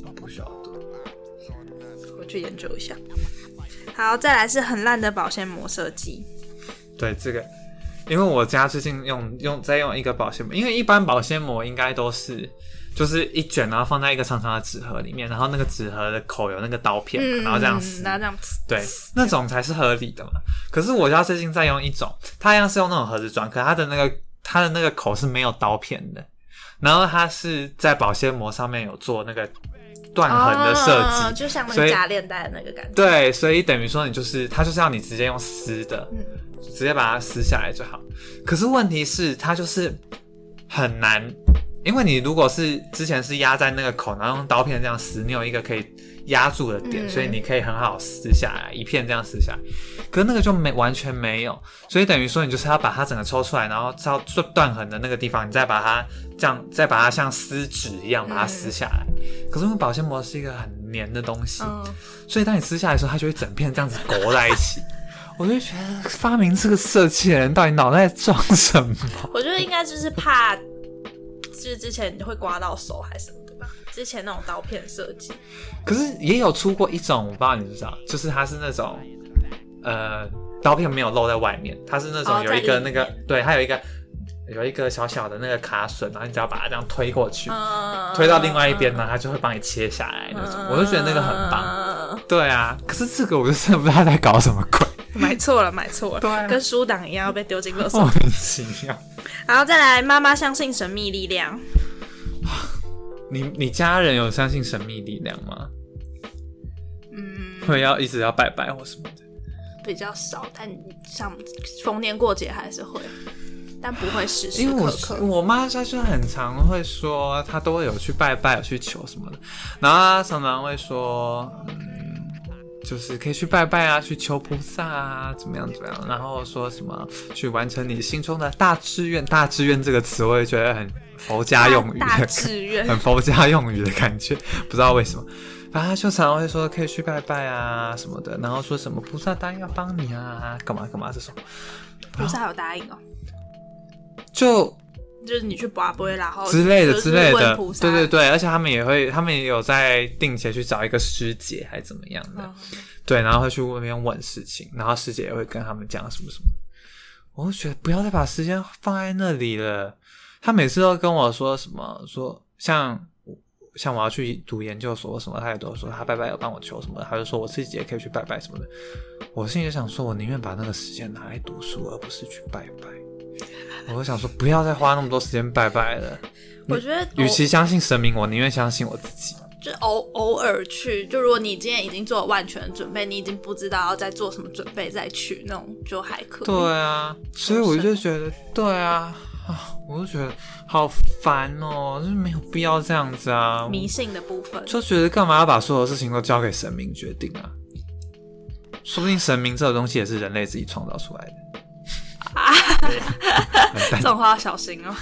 S1: 我哦不需要多
S2: 我去研究一下。好，再来是很烂的保鲜膜设计，
S1: 对这个，因为我家最近用用在用一个保鲜膜，因为一般保鲜膜应该都是就是一卷，然后放在一个长长的纸盒里面，然后那个纸盒的口有那个刀片嘛，
S2: 嗯，
S1: 然后这样撕
S2: 然后这样撕，
S1: 对，那种才是合理的嘛。可是我家最近在用一种，它一样是用那种盒子装，可它的那个它的那个口是没有刀片的，然后它是在保鲜膜上面有做那个断痕的设
S2: 哦
S1: 计，
S2: 就像那
S1: 所
S2: 个
S1: 以
S2: 假链带的那个感觉。
S1: 对，所以等于说你就是它就是要你直接用撕的，
S2: 嗯
S1: 直接把它撕下来就好。可是问题是它就是很难，因为你如果是之前是压在那个口，然后用刀片这样撕，你有一个可以压住的点，
S2: 嗯
S1: 所以你可以很好撕下来，一片这样撕下来。可是那个就没完全没有，所以等于说你就是要把它整个抽出来，然后到最断痕的那个地方，你再把它这样，再把它像撕纸一样把
S2: 嗯
S1: 它撕下来。可是因为保鲜膜是一个很黏的东西，
S2: 嗯，
S1: 所以当你撕下来的时候，它就会整片这样子裹在一起。 *laughs* 我就觉得发明这个设计的人到底脑袋在装什么？
S2: 我觉得应该就是怕，就是之前会刮到手还是什么的吧。之前那种刀片设计，
S1: 可是也有出过一种，我不知道你知不知道，就是它是那种，呃，刀片没有露在外面，它是那种
S2: 哦
S1: 有一个
S2: 在里面
S1: 那个，对，它有一个有一个小小的那个卡榫，然后你只要把它这样推过去，
S2: 嗯，
S1: 推到另外一边呢，它就会帮你切下来那种。我就觉得那个很棒。
S2: 棒。
S1: 嗯对啊，可是这个我就真的不知道在搞什么鬼，
S2: 买错了，买错了，
S1: 对啊
S2: 跟书档一样要被丢进垃
S1: *laughs*
S2: 圾
S1: 莫名其妙。
S2: 然后再来，妈妈相信神秘力量。
S1: 你你家人有相信神秘力量吗？
S2: 嗯，
S1: 会要一直要拜拜或什么的？
S2: 比较少，但像逢年过节还是会，但不会时时
S1: 因为
S2: 刻
S1: 我
S2: 刻。
S1: 我妈她就很常会说，她都会有去拜拜，有啊去求什么的，然后她常常会说，嗯，就是可以去拜拜啊，去求菩萨啊，怎么样怎么样，然后说什么去完成你心中的大志愿，大志愿这个词我也觉得很佛家用语的
S2: 大
S1: 感
S2: 大
S1: 觉，
S2: 志
S1: *laughs*
S2: 愿，
S1: 很佛家用语的感觉，不知道为什么。反正他就常常会说可以去拜拜啊什么的，然后说什么菩萨答应要帮你啊，干嘛干嘛这种，
S2: 菩萨有答应哦，
S1: 就
S2: 就是你去拔杯，然后
S1: 之类的
S2: 哦就是
S1: 之类
S2: 问
S1: 的
S2: 菩，萨
S1: 对对对，而且他们也会，他们也有在定期去找一个师姐还怎么样的，
S2: 嗯
S1: 对，然后会去那边问事情，然后师姐也会跟他们讲什么什么。我就觉得不要再把时间放在那里了。他每次都跟我说什么，说像像我要去读研究所什么，他也都说他拜拜有帮我求什么，他就说我自己也可以去拜拜什么的。我心里就想说，我宁愿把那个时间拿来读书，而不是去拜拜。我就想说，不要再花那么多时间拜拜了。
S2: 我觉得
S1: 与其相信神明，我宁愿相信我自己。
S2: 就偶偶尔去，就如果你今天已经做了万全的准备，你已经不知道要再做什么准备再去那种，就还可以。
S1: 对啊，所以我就觉得，对啊，啊，我就觉得好烦哦，就是没有必要这样子啊。
S2: 迷信的部分，
S1: 就觉得干嘛要把所有事情都交给神明决定啊？说不定神明这个东西也是人类自己创造出来的。
S2: 这种话要小心
S1: *laughs*
S2: 哦。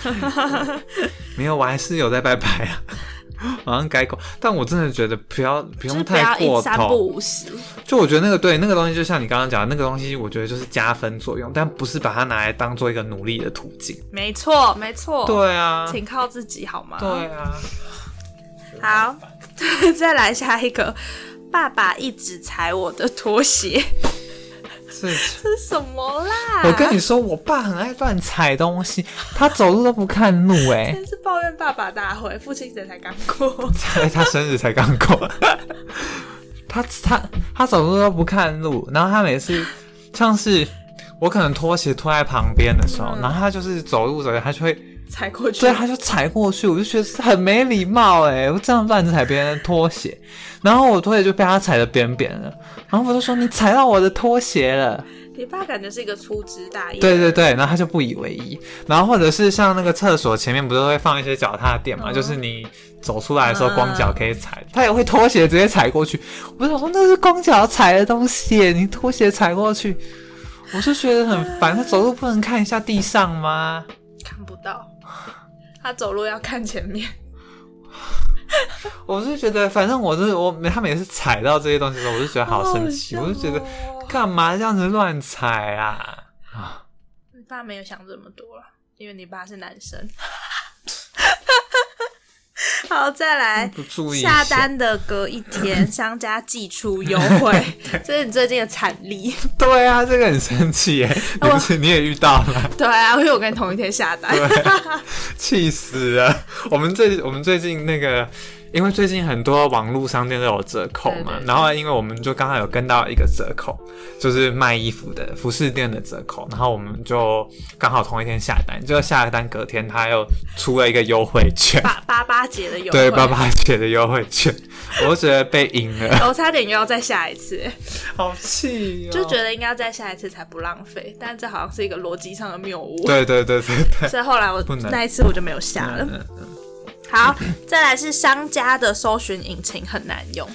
S1: 没有，我还是有在拜拜啊， *laughs* 马上改口。但我真的觉得不要不
S2: *laughs* 就是
S1: 用
S2: 不要
S1: 太
S2: 一
S1: 过
S2: 三不
S1: 头。
S2: 五十，
S1: 就我觉得那个对那个东西，就像你刚刚讲的那个东西，我觉得就是加分作用，但不是把它拿来当做一个努力的途径。
S2: 没错没错，、
S1: 对啊，
S2: 请靠自己好吗？
S1: 对啊。
S2: 哦好， *laughs* 再来下一个。爸爸一直踩我的拖鞋， *laughs*
S1: 是，
S2: 这是什么啦？
S1: 我跟你说，我爸很爱乱踩东西，他走路都不看路、 *laughs* 哎，
S2: 真是抱怨爸爸大会，父亲节才刚过。 *laughs*
S1: 哎， *laughs* 他生日才刚过， *laughs* 他他他走路都不看路，然后他每次像是我可能拖鞋拖在旁边的时候，然后他就是走路走路，他就会，
S2: 踩过去
S1: 所以，嗯他就踩过去，我就觉得很没礼貌、哎，我这样乱踩别人的拖鞋，然后我拖鞋就被他踩的扁扁的，然后我就说你踩到我的拖鞋了。
S2: 你爸感觉是一个粗枝大叶。
S1: 对对对，然后他就不以为意。然后或者是像那个厕所前面不是会放一些脚踏垫嘛，就是你走出来的时候光脚可以踩，他也会拖鞋直接踩过去。我想说那是光脚踩的东西耶，你拖鞋踩过去，我就觉得很烦。他走路不能看一下地上吗？
S2: 看不到， *laughs* 他走路要看前面。
S1: 我是觉得，反正我是我，他每次踩到这些东西的时候，我就觉得好生气，我就觉得干嘛这样子乱踩啊？ *laughs*
S2: 你爸没有想这么多了，因为你爸是男生。 *laughs* 好，再来
S1: 不注意一
S2: 下
S1: 下
S2: 单的隔一
S1: *laughs*
S2: 天，商家寄出优惠，这是你最近的惨例。
S1: 对啊，这个很生气耶，
S2: 我
S1: 你是你也遇到了，
S2: 对啊，因为我跟你同一天下单。
S1: 气死了。 *laughs* 我们最我们最近那个，因为最近很多网络商店都有折扣嘛，
S2: 对对对
S1: 然后因为我们就刚好有跟到一个折扣，就是卖衣服的服饰店的折扣，然后我们就刚好同一天下单，就下单隔天他又出了一个优惠券，
S2: 八八八节的优
S1: *laughs*
S2: 惠，
S1: 对八八节的优惠券，我就觉得被赢了，
S2: 我哦差点又要再下一次，
S1: *laughs* 好气、哦，
S2: 就觉得应该要再下一次才不浪费，但这好像是一个逻辑上的谬误。
S1: 对对对对对，
S2: 所以后来我
S1: 不能
S2: 那一次我就没有下了。
S1: 嗯
S2: 好，再来是商家的搜寻引擎很难用，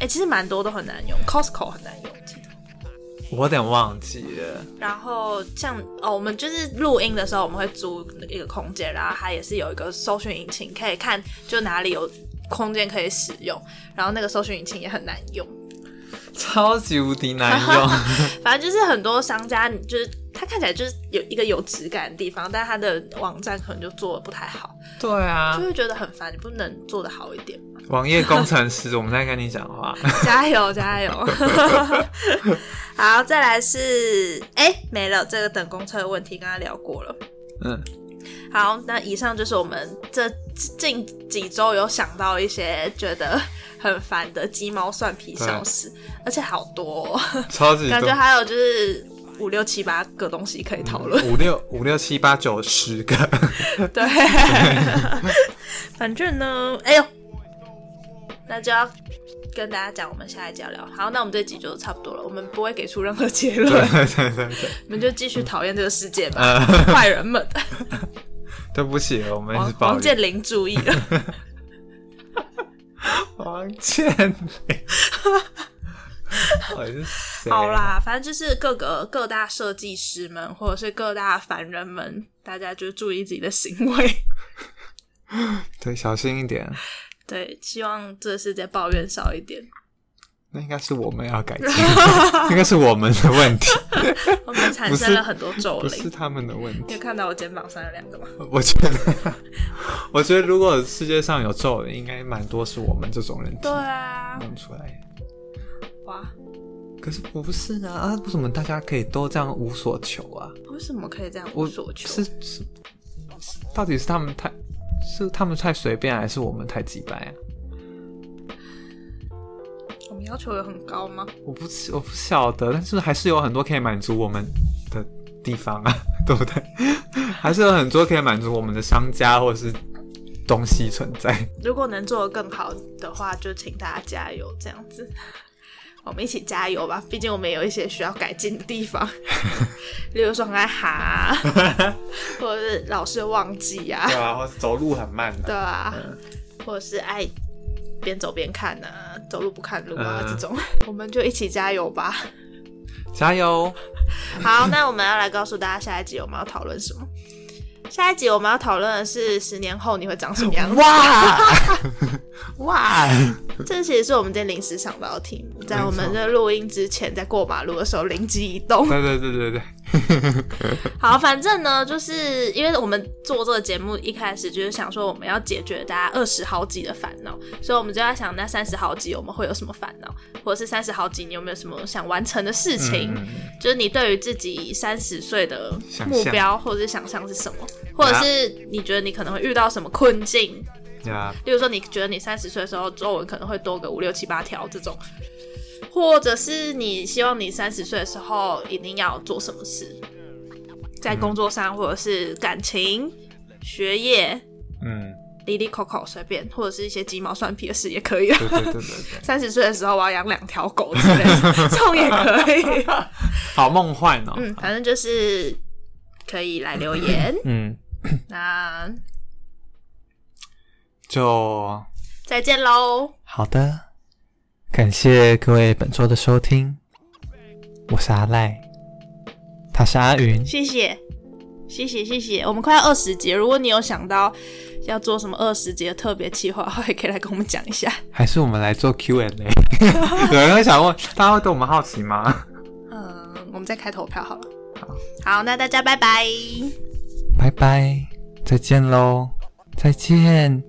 S2: 哎、其实蛮多都很难用，Costco 很难用，我记得。
S1: 我有点忘记了。
S2: 然后像哦，我们就是录音的时候，我们会租一个空间，然后它也是有一个搜寻引擎，可以看就哪里有空间可以使用，然后那个搜寻引擎也很难用。
S1: 超级无敌难用，
S2: 反正就是很多商家，你就是它看起来就是有一个有质感的地方，但它的网站可能就做的不太好，
S1: *laughs* 对啊
S2: 就，会觉得很烦。你不能做的好一点吗？
S1: 网页工程师，我们在跟你讲话，
S2: *laughs* 加油加油！ *laughs* 好，再来是哎、没了，这个等公车的问题刚刚聊过了。
S1: 嗯，
S2: 好，那以上就是我们这近几周有想到一些觉得很烦的鸡毛蒜皮小事，而且好多、哦，
S1: 超级
S2: 感
S1: 多
S2: 觉，还有就是五六七八个东西可以讨
S1: *laughs*
S2: 论。
S1: 五六五六七八九十个，
S2: 对，反正呢，哎呦，那就要跟大家讲我们下一集要聊。好，那我们这集就差不多了，我们不会给出任何结
S1: 对
S2: 论，
S1: 对对对对，
S2: 我们就继续讨厌这个世界吧，
S1: 呃，
S2: 坏人
S1: *laughs*
S2: 们，
S1: 对不起，我们是
S2: 王
S1: 保
S2: 王健林注意
S1: *laughs*
S2: 了。
S1: 王健林，到底是谁？
S2: 好，啦，反正就是各个各大设计师们，或者是各大凡人们，大家就注意自己的行为。
S1: 对，小心一点，
S2: *laughs* 对，希望这个世界抱怨少一点。
S1: 那应该是我们要改进，应该是我们的问题，
S2: 我们产
S1: 不
S2: 生
S1: 是
S2: 了很多咒
S1: 不是
S2: 灵，
S1: 他们的问
S2: 你
S1: 题
S2: 有。看到我肩膀上有两个吗？
S1: 我觉得，我觉得如果世界上有咒人，应该蛮多是我们这种人提
S2: 对啊，
S1: 弄出来的。
S2: 哇，
S1: 可是不是啊啊！为什么大家可以都这样无所求啊？
S2: 为什么可以这样无
S1: 我
S2: 所求？
S1: 是是，到底是他们太是他们太随便，还是我们太鸡掰啊？
S2: 我们要求有很高吗？
S1: 我不我不晓得，但是还是有很多可以满足我们的地方啊，对不对？还是有很多可以满足我们的商家或者是东西存在。
S2: 如果能做得更好的话，就请大家加油，这样子。 *laughs* 我们一起加油吧，毕竟我们有一些需要改进的
S1: *laughs*
S2: 地方，例如说很爱哈啊，或者是老是忘记啊，
S1: 啊，或是走路很慢的、
S2: 对啊
S1: 嗯，
S2: 或者是爱边走边看啊，走路不看路啊、
S1: 嗯
S2: 这种， *laughs* 我们就一起加油吧。
S1: 加油！
S2: 好，那我们要来告诉大家下一集我们要讨论什么。下一集我们要讨论的是十年后你会长什么样子。
S1: *laughs* 哇哇！
S2: 这其实是我们今天临时想到的题目，在
S1: 没错
S2: 我们这录音之前，在过马路的时候灵机一
S1: *laughs*
S2: 动。
S1: 对对对对对，
S2: 好，反正呢，就是因为我们做这个节目一开始就是想说我们要解决大家二十好几的烦恼，所以我们就在想，那三十好几我们会有什么烦恼，或者是三十好几你有没有什么想完成的事情？
S1: 嗯
S2: 就是你对于自己三十岁的
S1: 想
S2: 目
S1: 象
S2: 标或者是想象是什么，或者
S1: 啊
S2: 是你觉得你可能会遇到什么困境，
S1: 呀，
S2: 例如说，你觉得你三十岁的时候皱纹可能会多个五六七八条这种，或者是你希望你三十岁的时候一定要做什么事，在工作上或者是感情、学业、
S1: 嗯，
S2: 里里口口随便，或者是一些鸡毛蒜皮的事也可以。啊
S1: 对对对对对，
S2: 三十岁的时候我要养两条狗之类的，这种也可以。
S1: 好梦幻哦。
S2: 嗯，反正就是可以来留言。
S1: 嗯，
S2: 那
S1: 就
S2: 再见喽，
S1: 好的。感谢各位本周的收听，我是阿赖，他是阿云，
S2: 谢谢，谢谢，谢谢。我们快要二十节，如果你有想到要做什么二十节的特别企划的 *laughs* 话，也可以来跟我们讲一下。
S1: 还是我们来做 Q&A？有人会想问，大家会对我们好奇吗？
S2: 嗯，我们再开投票好了。好，好，那大家拜拜。
S1: 拜拜，再见喽，再见。